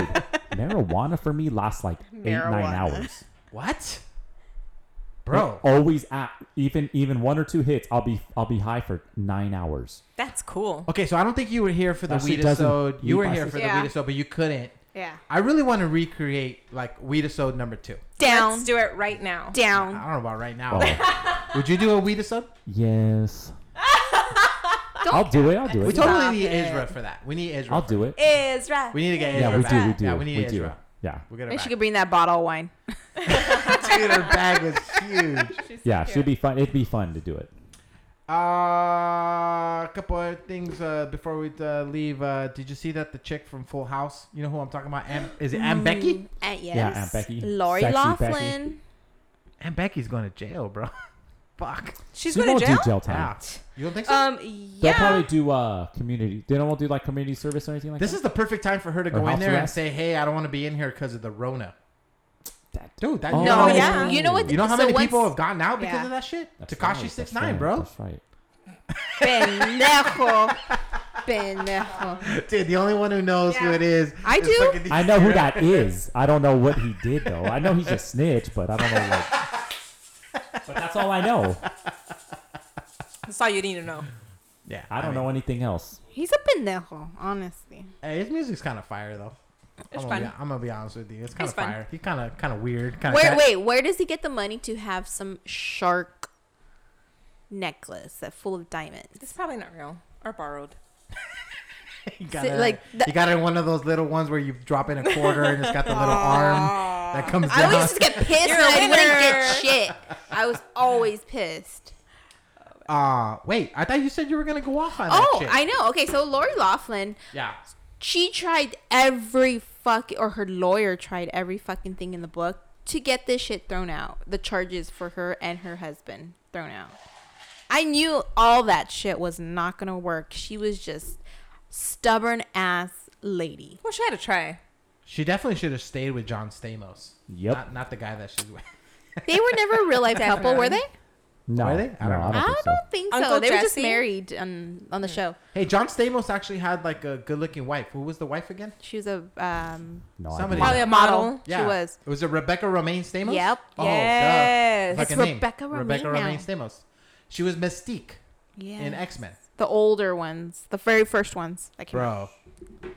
S6: marijuana for me lasts like eight, nine
S3: Marijuana.
S6: hours.
S4: What? Bro.
S6: Always at even even one or two hits, I'll be I'll be high for nine hours.
S3: That's cool.
S4: Okay, so I don't think you were here for the
S6: That shit
S4: weed
S6: doesn't-
S4: episode. You were here for the
S5: Yeah.
S4: weed episode, but you couldn't.
S5: Yeah.
S4: I really want to recreate like weed episode number two.
S5: Down.
S3: Let's do it right now.
S4: I
S5: down.
S4: don't know about right now.
S6: Oh,
S4: Would you do a weed episode?
S6: yes. I'll do it. I'll do
S4: We
S6: it.
S4: totally need Ezra for that. We need Ezra.
S6: I'll
S4: for
S6: do it.
S3: Ezra.
S4: We need to get Ezra.
S6: Yeah, we do.
S4: back.
S6: We do.
S4: Yeah, we need
S6: we
S4: Ezra.
S6: do. Yeah,
S4: We're gonna.
S5: Maybe
S4: Back.
S5: she could bring that bottle of wine.
S4: Dude, her bag was huge.
S6: yeah. Should be fun. It'd be fun to do it.
S4: Uh, a couple of things uh, before we uh, leave. Uh, did you see that the chick from Full House? You know who I'm talking about? Am, is it Aunt Becky?
S5: Uh, yes.
S6: Yeah, Aunt Becky.
S5: Lori
S6: Sexy
S5: Laughlin.
S4: Aunt Becky's going to jail, bro. Fuck.
S3: She's
S6: They
S3: going to
S6: won't
S3: jail.
S6: do jail time.
S4: Yeah. You don't think so?
S5: Um.
S6: They'll
S5: Yeah.
S6: probably do uh community. They don't want to do like community service or anything like
S4: this
S6: that.
S4: is the perfect time for her to
S6: Or
S4: go in
S6: house
S4: there and
S6: arrest?
S4: say, "Hey, I don't want to be in here because of the Rona."
S6: That-
S4: Dude, that
S6: Oh.
S4: you know,
S5: no.
S4: how many-
S3: yeah.
S5: You know what?
S4: You know how
S5: so
S4: many
S5: once-
S4: people have gotten out because
S5: Yeah.
S4: of that shit?
S6: That's
S4: Takashi
S6: right,
S4: six
S6: that's
S4: nine,
S6: right,
S4: bro.
S6: That's right.
S5: Pendejo. Pendejo.
S4: Dude, the only one who knows who
S3: Yeah.
S4: it is.
S5: I
S4: is
S5: do.
S4: fucking these
S6: I know who
S4: zero-
S6: that is. I don't know what he did though. I know he's a snitch, but I don't know like. But that's all I know.
S3: That's all you need to know.
S4: Yeah,
S6: I don't know anything else.
S5: He's a pendejo, honestly.
S4: Hey, his music's kind of fire though.
S7: It's
S4: I'm
S7: fun.
S4: Gonna be, I'm gonna be honest with you. It's kind
S7: It's
S4: of
S7: fun.
S4: fire. He's kind of kind of weird. Kind
S5: Where
S4: of
S5: wait, where does he get the money to have some shark necklace that full of
S7: It's
S5: diamonds?
S7: probably not real or borrowed.
S4: You got it,
S5: like,
S4: like
S5: the-
S4: you got it. One of those little ones where you drop in a quarter and it's got the little arm that comes
S5: I
S4: down.
S5: always just get pissed and
S7: a
S5: I wouldn't get
S7: winner.
S5: shit. I was always pissed.
S4: Uh, wait. I thought you said you were gonna go off on that
S5: Oh,
S4: shit.
S5: I know. Okay, so Lori Laughlin,
S4: yeah.
S5: she tried every fuck or her lawyer tried every fucking thing in the book to get this shit thrown out. The charges for her and her husband thrown out. I knew all that shit was not going to work. She was just stubborn ass lady.
S7: Well, she had to try.
S4: She definitely should have stayed with John Stamos.
S6: Yep.
S4: Not, not the guy that she's with.
S5: They were never a real life couple, were they?
S6: No,
S4: Are they?
S6: I don't, no, I don't
S5: I
S6: think
S5: don't
S6: so.
S5: think so.
S7: Uncle
S5: they were just
S7: Jesse?
S5: married on on the show.
S4: Hey, John Stamos actually had like a good-looking wife. Who was the wife again?
S5: She was a um
S6: No,
S4: Somebody-
S6: I
S4: Probably
S6: don't.
S7: a
S5: model.
S7: model.
S5: She was.
S4: Was it Rebecca Romaine Stamos?
S5: Yep.
S4: Oh,
S7: Yes.
S4: duh. Fucking
S5: It's
S4: name.
S5: Rebecca Romaine
S4: Rebecca
S5: now.
S4: Romaine Stamos. She was Mystique
S5: Yeah.
S4: in X Men.
S5: the older ones, the very first ones that came out.
S4: Bro,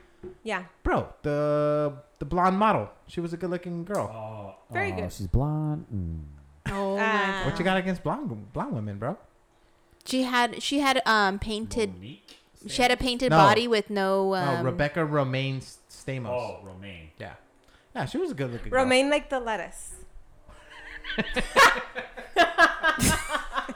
S7: Yeah.
S4: bro, the the blonde model. She was a good-looking girl.
S7: Very
S6: Oh,
S7: good.
S6: She's blonde. Mm.
S5: Oh
S7: Ah.
S5: my
S4: What you got against blonde blonde women, bro?
S5: She had she had um painted she had a painted
S4: No.
S5: body with no um
S4: No, Oh, Rebecca Romaine S- Stamos.
S6: Oh, Romaine.
S4: Yeah, yeah, she was a good-looking
S7: Romaine like the lettuce.
S4: girl.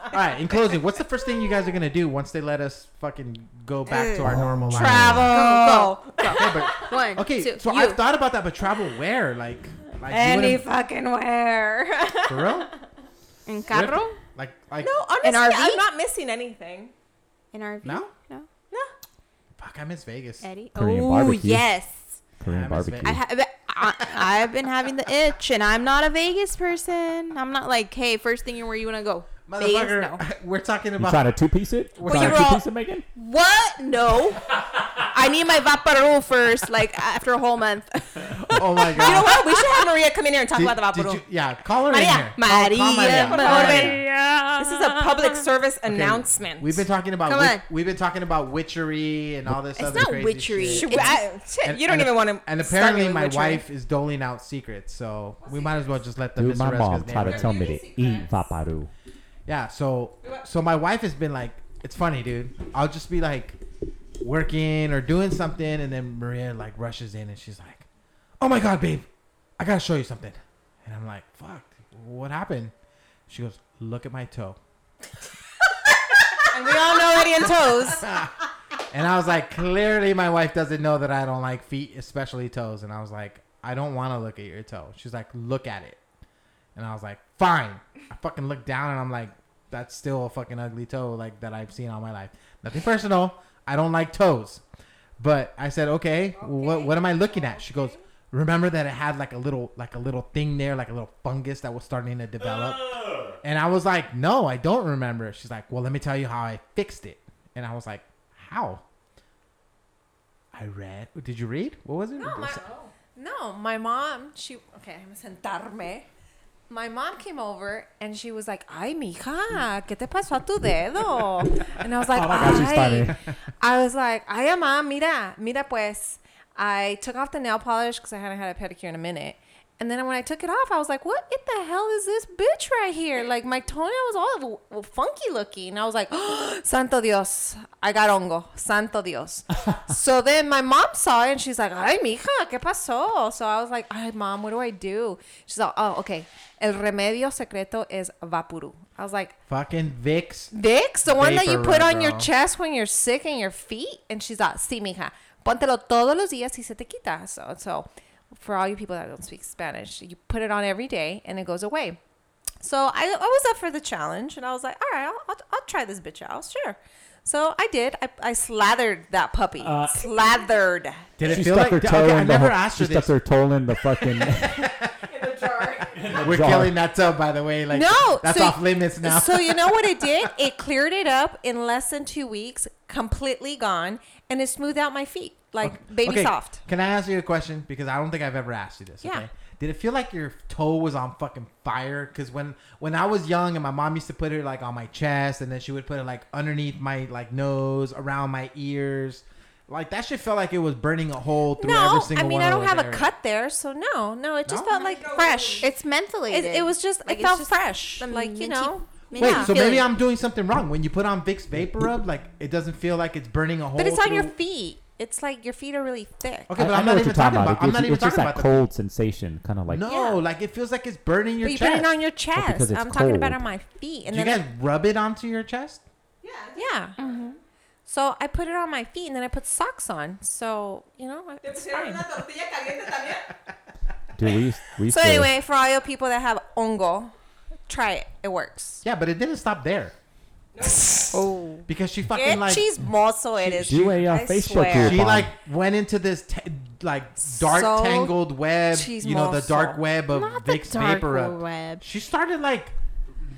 S4: All right. In closing, what's the first thing you guys are gonna do once they let us fucking go back to our normal life?
S7: Travel.
S4: Yeah, but-
S5: one.
S4: Okay,
S5: two,
S4: so
S5: you.
S4: I've thought about that, but travel where? Like, like
S7: Any
S4: you wouldn't-
S7: fucking where.
S4: for real?
S5: in carro?
S4: Like, like
S7: No, honestly,
S5: An RV?
S7: I'm not missing anything.
S5: In RV?
S4: No?
S5: No.
S4: fuck, I miss Vegas.
S5: Eddie.
S6: Korean
S5: oh
S6: barbecue.
S5: yes.
S6: Korean
S4: Ham is
S6: barbecue.
S5: I have I, I've been having the itch and I'm not a Vegas person. I'm not like, hey, first thing where you wanna go. Vegas
S4: Motherfucker,
S5: no.
S4: we're talking
S6: You
S4: about.
S6: trying to two piece it? You
S4: Well,
S6: trying
S4: you
S6: to
S4: were
S6: two
S4: all-
S6: piece it, Megan?
S5: What? No. I need my Vaporub first, like after a whole month.
S4: oh my
S7: You know
S4: god.
S7: what? We should have Maria come in here and talk
S4: Did-
S7: about the
S4: did
S7: Vaporub.
S4: you- yeah, call her in
S5: Maria,
S4: here. Oh, Call-
S5: Maria,
S4: call Maria. Call Maria.
S5: Maria.
S7: This is a public service announcement.
S4: We've been talking about.
S5: Come
S4: wit-
S5: on.
S4: We've been talking about witchery and all this.
S5: It's
S4: other
S5: not
S4: crazy
S5: witchery.
S4: shit.
S7: Should
S5: It's-
S7: we- I- shit,
S4: And-
S7: you don't
S4: and-
S7: even want to.
S4: And apparently, my wife is doling out secrets, so we might as well just let the
S6: Dude, my
S4: Mr.
S6: mom
S4: Resca's
S6: tried
S4: name
S6: to
S4: rip.
S6: tell me to eat vaparu.
S4: Yeah, so so my wife has been like, it's funny, dude. I'll just be like working or doing something, and then Maria like rushes in and she's like, "Oh my god, babe, I gotta show you something," and I'm like, "Fuck, what happened?" She goes, "Look at my toe,"
S7: And we all know Eddie and Toes.
S4: and I was like, "Clearly, my wife doesn't know that I don't like feet, especially toes," and I was like, "I don't want to look at your toe." She's like, "Look at it," and I was like, "Fine." I fucking looked down and I'm like, "That's still a fucking ugly toe like that I've seen all my life." Nothing personal. I don't like toes, but I said, "Okay, what what am I looking at?" She goes, "Remember that it had like a little like a little thing there, like a little fungus that was starting to develop." And I was like, "No, I don't remember." She's like, "Well, let me tell you how I fixed it." And I was like, "How?" I read. Did you read? What was it?
S3: No, my mom, she, okay, I'm gonna sentarme. My mom came over and she was like, ay, mija, ¿qué te pasó a tu dedo? And I was like,
S6: Oh my God, she's
S3: ay. I was like, ay, mamá, mira, mira pues. I took off the nail polish because I hadn't had a pedicure in a minute. And then when I took it off, I was like, what in the hell is this bitch right here? Like, my toenail was all w- w- funky looking. And I was like, santo Dios, I got hongo. Santo Dios. so then my mom saw it and she's like, ay, mija, ¿qué pasó? So I was like, ay, mom, what do I do? She's like, oh, okay. El remedio secreto es Vapuru. I was like,
S4: Fucking Vicks.
S3: Vicks, the one that you
S4: Vapor
S3: put
S4: rub,
S3: on your
S4: bro.
S3: chest when you're sick and your feet. And she's like, sí, mija, póntelo todos los días y se te quita. So, so for all you people that don't speak Spanish, you put it on every day and it goes away. So I, I was up for the challenge and I was like, all right, I'll, I'll, I'll try this bitch out, sure. So I did. I, I slathered that puppy.
S6: Uh,
S3: slathered.
S4: Did it
S6: She
S4: feel
S6: stuck
S4: like?
S6: her
S4: okay,
S6: toe
S4: I
S6: in the
S4: never
S6: ho-
S4: asked
S6: She
S4: her
S6: stuck
S4: this.
S6: her toe in the fucking.
S4: We're
S6: jar.
S4: killing that tub, by the way. Like
S3: No,
S4: that's
S3: so-
S4: off limits now.
S3: So you know what it did? It cleared it up in less than two weeks, completely gone, and it smoothed out my feet like baby
S4: Okay,
S3: soft.
S4: Can I ask you a question? Because I don't think I've ever asked you this.
S3: Yeah.
S4: Okay? Did it feel like your toe was on fucking fire? Because when when I was young and my mom used to put it like on my chest and then she would put it like underneath my like nose, around my ears, like that shit felt like it was burning a hole through every
S3: No, I
S4: single
S3: mean
S4: one.
S3: I
S4: of
S3: don't
S4: those
S3: have a
S4: areas.
S3: cut there, so no, no. It just
S4: No?
S3: felt like fresh. It,
S5: It's mentally.
S3: it, it was just it felt fresh,
S5: the
S3: like you
S5: minty-
S3: know.
S5: minty
S4: Wait, so maybe
S5: feeling.
S4: I'm doing something wrong. When you put on Vicks Vapor Rub, like it doesn't feel like it's burning a hole.
S3: But it's on your
S4: through-
S3: feet. It's like your feet are really thick.
S4: Okay, but
S6: I,
S4: I,
S6: I
S4: am not
S6: know what
S4: even
S6: you're talking about.
S4: I'm
S6: It's,
S4: not even
S6: it's just
S4: talking
S6: that
S4: about the-
S6: cold sensation, kind of like
S4: No,
S3: Yeah.
S4: like it feels like it's burning your
S3: But you
S4: chest.
S3: put it on your
S6: because
S3: chest.
S6: it's
S3: I'm talking about
S6: cold.
S3: on my feet, and
S4: Do you
S3: then
S4: guys rub it onto your chest?
S3: yeah. So I put it on my feet, and then I put socks on. So you know, it's fine.
S6: dude. We used, we used
S3: So
S6: to,
S3: anyway, for all you people that have ongo, try it. It works.
S4: Yeah, but it didn't stop there.
S3: Oh,
S4: Because she fucking
S3: get
S4: like
S3: cheese mozo it is.
S6: do a uh,
S3: I
S6: face
S3: swear.
S6: check. to your
S4: she
S6: body.
S4: like went into this t- like dark
S3: So
S4: tangled web,
S3: cheese
S4: you know, the
S3: morsel.
S4: dark web of
S5: Not the
S4: Vicks
S5: dark
S4: Vapor Rub.
S5: web.
S4: She started like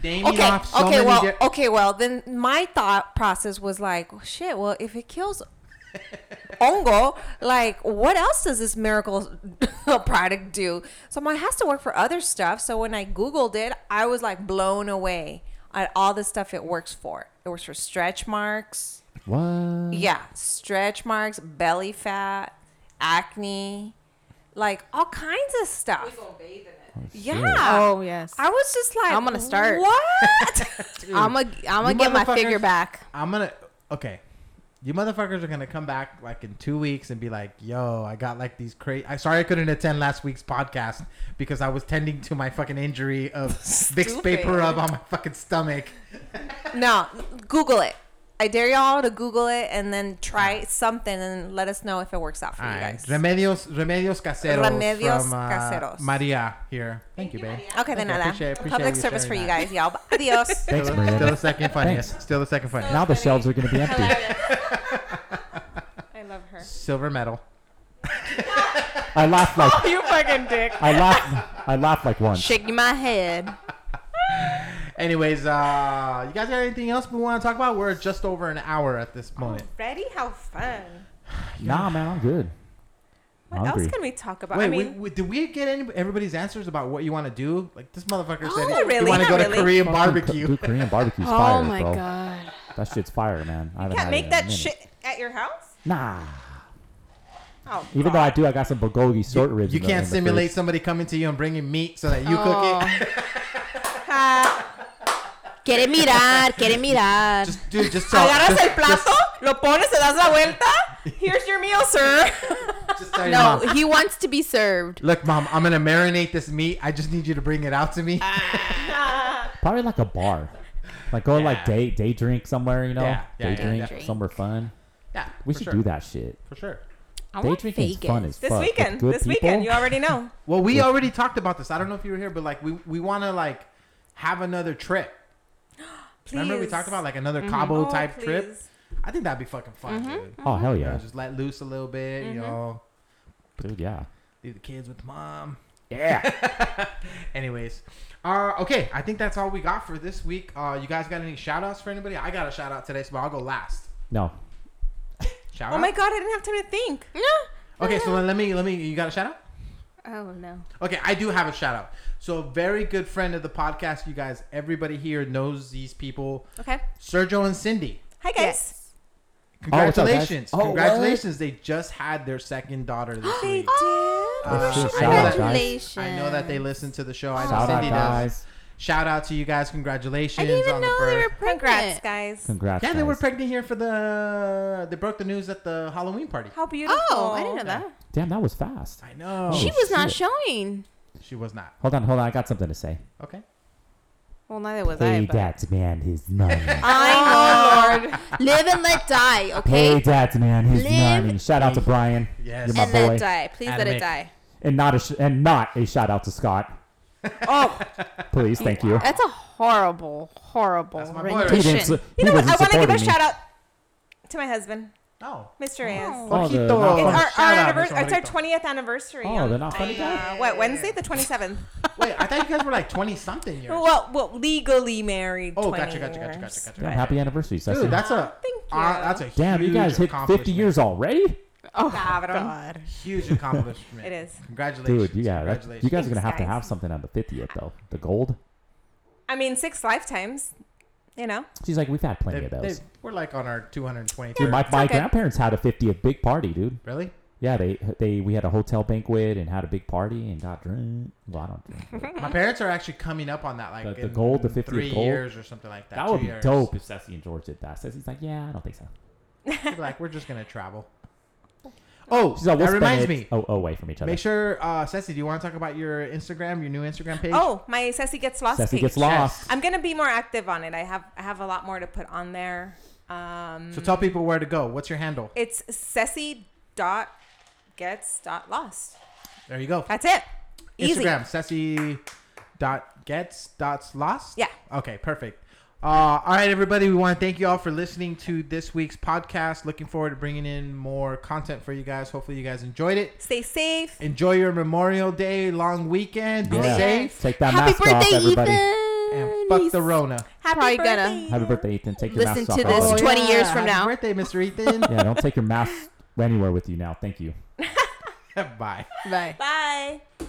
S4: naming
S3: Okay.
S4: off so
S3: okay.
S4: many
S3: Well.
S4: di-
S3: okay. Well. Then my thought process was like, well, shit. Well, if it kills ongo, like, what else does this miracle product do? So mine has to work for other stuff. So when I googled it, I was like blown away at all the stuff it works for. It works for stretch marks.
S6: what?
S4: Mm-hmm.
S3: Yeah, stretch marks, belly fat, acne, like all kinds of stuff. Yeah.
S5: Oh yes.
S3: I was just like,
S5: I'm gonna start.
S3: What?
S5: I'm gonna I'm
S4: You
S5: gonna get my
S4: motherfuckers-
S5: figure back.
S4: I'm gonna okay. You motherfuckers are gonna come back like in two weeks and be like, "Yo, I got like these crazy." I sorry I couldn't attend last week's podcast because I was tending to my fucking injury of Vicks paper rub on my fucking stomach.
S3: no, Google it. I dare y'all to Google it and then try something and let us know if it works out for
S4: All
S3: you
S4: right,
S3: guys.
S4: remedios, remedios caseros
S3: Remedios
S4: from uh,
S3: caseros.
S4: Maria here. Thank, you, babe.
S3: okay, then
S4: Okay,
S3: nada.
S4: appreciate- appreciate
S3: Public
S4: you
S3: service for
S4: sharing
S3: you
S4: that.
S3: guys, y'all. Adios.
S6: Thanks,
S4: Still,
S6: Miranda.
S4: still the second funniest. Still the second funniest.
S6: Now the shelves are going to be empty.
S3: I love her.
S4: Silver medal.
S6: I laughed like you fucking dick. I laughed. I laughed like one.
S5: Shaking my head.
S4: Anyways, uh, you guys got anything else we want to talk about? We're just over an hour at this moment.
S8: Ready? How fun.
S6: Nah, man, I'm good.
S8: What
S6: Hungry.
S8: else can we talk about?
S4: Wait,
S8: I mean,
S4: we, we, did we get any, everybody's answers about what you want to do? Like this motherfucker said,
S8: Oh, not
S4: you
S8: really,
S4: want to
S8: not
S4: go to
S8: really.
S4: Korean
S6: Fucking
S4: barbecue.
S6: Dude, Korean barbecue's fire,
S5: Oh my
S6: bro.
S5: god.
S6: That shit's fire, man. I
S8: you
S6: haven't
S8: can't
S6: had it
S8: make
S6: in a
S8: that
S6: minute.
S8: shit at your house.
S6: Nah.
S8: Oh,
S6: Even though I do, I got some bulgogi short ribs.
S4: You
S6: in the-
S4: can't
S6: in the
S4: simulate
S6: fridge.
S4: somebody coming to you and bringing meat so that you cook
S8: Oh.
S4: it.
S5: Quiere mirar, quiere mirar.
S4: Just, dude, just tell.
S8: agarras
S4: just,
S8: el plato, lo pones, te das la vuelta. Here's your meal, sir.
S4: Just, just tell your
S5: No,
S4: mom.
S5: he wants to be served.
S4: Look, mom, I'm gonna marinate this meat. I just need you to bring it out to
S8: Uh,
S4: me.
S6: Probably like a bar. Like go like day day drink somewhere, you know?
S4: Yeah, yeah,
S6: day
S4: yeah,
S6: drink
S5: definitely.
S6: somewhere fun.
S4: yeah,
S6: We
S4: for
S6: should
S4: sure.
S6: do that shit.
S4: for sure.
S5: I
S6: Day
S5: want
S6: drinking's
S5: Vegas.
S6: fun as
S8: This
S6: fuck. with
S8: weekend,
S6: good
S8: this
S6: people,
S8: weekend, you already know.
S4: Well, we already talked about this. I don't know if you were here, but like we we want to like have another trip. Remember we
S8: Please.
S4: talked about like another Cabo
S8: Oh,
S4: type trip.
S8: please. Mm-hmm.
S4: I think that'd be fucking fun, dude.
S6: Oh hell
S4: You know,
S6: yeah,
S4: just let loose a little bit, you know,
S6: dude! Yeah.
S4: leave the kids with mom.
S6: Yeah.
S4: Anyways, uh, okay, I think that's all we got for this week. Uh, you guys got any shout outs for anybody? I got a shout out today, so I'll go last.
S6: No.
S4: Shout
S8: Oh
S4: out.
S8: my god, I didn't have time to think.
S4: okay, so then let me let me. You got a shout out?
S5: Oh no.
S4: Okay, I do have a shout out. So, a very good friend of the podcast, you guys, everybody here knows these people.
S5: Okay.
S4: Sergio and Cindy.
S8: Hi guys.
S6: what's up, guys?
S4: Congratulations.
S6: Oh, what?
S4: Congratulations. They just had their second daughter this week. Uh,
S6: Shout
S4: I, know
S6: out,
S4: that,
S5: Oh, Congratulations.
S4: I know that they listen to the show. I know
S6: Shout out
S4: Cindy does.
S6: guys.
S4: Shout out to you guys. Congratulations
S5: I didn't even
S4: on the
S5: know
S4: birth.
S5: they were pregnant.
S8: Congrats, guys.
S6: Congrats.
S4: yeah, they were
S6: guys.
S4: pregnant here for the. They broke the news at the Halloween party.
S8: How beautiful.
S5: Oh, I didn't know that.
S6: Damn, that was fast.
S4: I know.
S5: She
S4: She,
S6: She-
S5: was not
S6: shit.
S5: showing.
S4: was not.
S6: Hold on, hold on. I got something to say.
S4: Okay.
S5: Well, neither was I.
S6: Pay
S5: But.
S6: that man his money.
S5: I know, Lord. Oh. Live and let die. Okay.
S6: Pay that man his
S5: Live
S6: money. Shout out to Brian.
S4: Yes.
S6: You're my
S5: and let
S6: boy.
S5: it
S8: uh,
S5: die. Please let
S4: Adam
S5: it
S4: Mick.
S5: die.
S6: and not a sh- and not a shout out to Scott. Oh, please, thank you.
S5: That's a horrible, horrible
S4: That's my boy right
S6: He
S5: rendition.
S6: didn't. su-
S8: Uh, You
S6: he
S8: know what?
S6: wasn't
S8: I want to give
S6: supporting
S8: a
S6: me.
S8: shout out to my husband,
S4: Oh.
S8: Mr. Reyes.
S6: Oh, the-
S4: Ojito.
S6: not
S8: It's
S6: funny.
S8: our, our
S4: Shout out, Mr.
S8: anniversary. It's our
S4: Ojito.
S8: 20th anniversary.
S6: Oh,
S8: on-
S6: they're not funny guys.
S8: uh, what Wednesday, the 27th.
S4: Wait, I thought you guys were like 20 something years.
S8: well, well, legally married.
S4: Oh,
S8: 20
S4: gotcha, gotcha, gotcha,
S8: years.
S4: gotcha, gotcha.
S6: Damn, happy anniversary.
S4: Dude, that's a
S8: Thank
S4: uh,
S8: you.
S4: that's a
S6: damn. You
S4: huge
S6: guys hit 50
S4: accomplishment.
S6: years already.
S3: Oh, Cabrón.
S1: God.
S4: Huge accomplishment.
S3: It is.
S4: Congratulations.
S6: Dude, you got that,
S4: Congratulations.
S6: You guys are gonna have to
S3: Thanks,
S6: have
S3: guys.
S6: something on the 50th though. The gold.
S3: I mean, six lifetimes. You know,
S6: She's like, we've had plenty
S4: They-
S6: of those.
S4: they- we're like on our 223rd.
S6: Dude, my, my
S3: okay.
S6: grandparents had a 50th big party, dude.
S4: Really?
S6: Yeah, they they we had a hotel banquet and had a big party and got drunk. Well, I don't drink. but
S4: My parents are actually coming up on that, like
S6: The- the
S4: in
S6: gold, the 50th
S4: three
S6: gold.
S4: years or something like that.
S6: that would
S4: two
S6: be
S4: years.
S6: dope if Ceci and George did that. Ceci's like, yeah, I don't think so.
S4: They'd be like we're just gonna travel. Oh,
S6: She's like, we'll
S4: that
S6: spend
S4: reminds
S6: it
S4: me.
S6: Oh, away from each other.
S4: Make sure, uh, Ceci, do you want to talk about your Instagram, your new Instagram page?
S3: oh, my Ceci gets lost.
S6: Ceci
S3: page.
S6: gets lost.
S3: I'm gonna be more active on it. I have I have a lot more to put on there. Um,
S4: So tell people where to go. What's your handle?
S3: it's Ceci dot gets dot lost.
S4: There you go.
S3: That's it. Easy.
S4: Instagram, Ceci dot gets dot lost.
S3: Yeah.
S4: Okay, perfect. Uh, all right, everybody. We want to thank you all for listening to this week's podcast. Looking forward to bringing in more content for you guys. Hopefully, you guys enjoyed it.
S3: Stay safe.
S4: Enjoy your Memorial Day long weekend. Be
S6: Yeah.
S4: safe
S6: Take that
S5: Happy
S6: mask off,
S5: birthday,
S6: everybody.
S4: and
S5: Ethan!
S4: fuck the Rona.
S3: Happy
S5: Probably
S3: birthday.
S5: gonna-
S6: Happy birthday, Ethan. Take your
S5: Listen
S6: mask off.
S5: to this.
S6: everybody.
S5: 20 years
S4: Happy
S5: from now.
S4: birthday, Mr. Ethan.
S6: yeah, don't take your mask anywhere with you now. Thank you.
S4: Bye.
S5: Bye.
S3: Bye.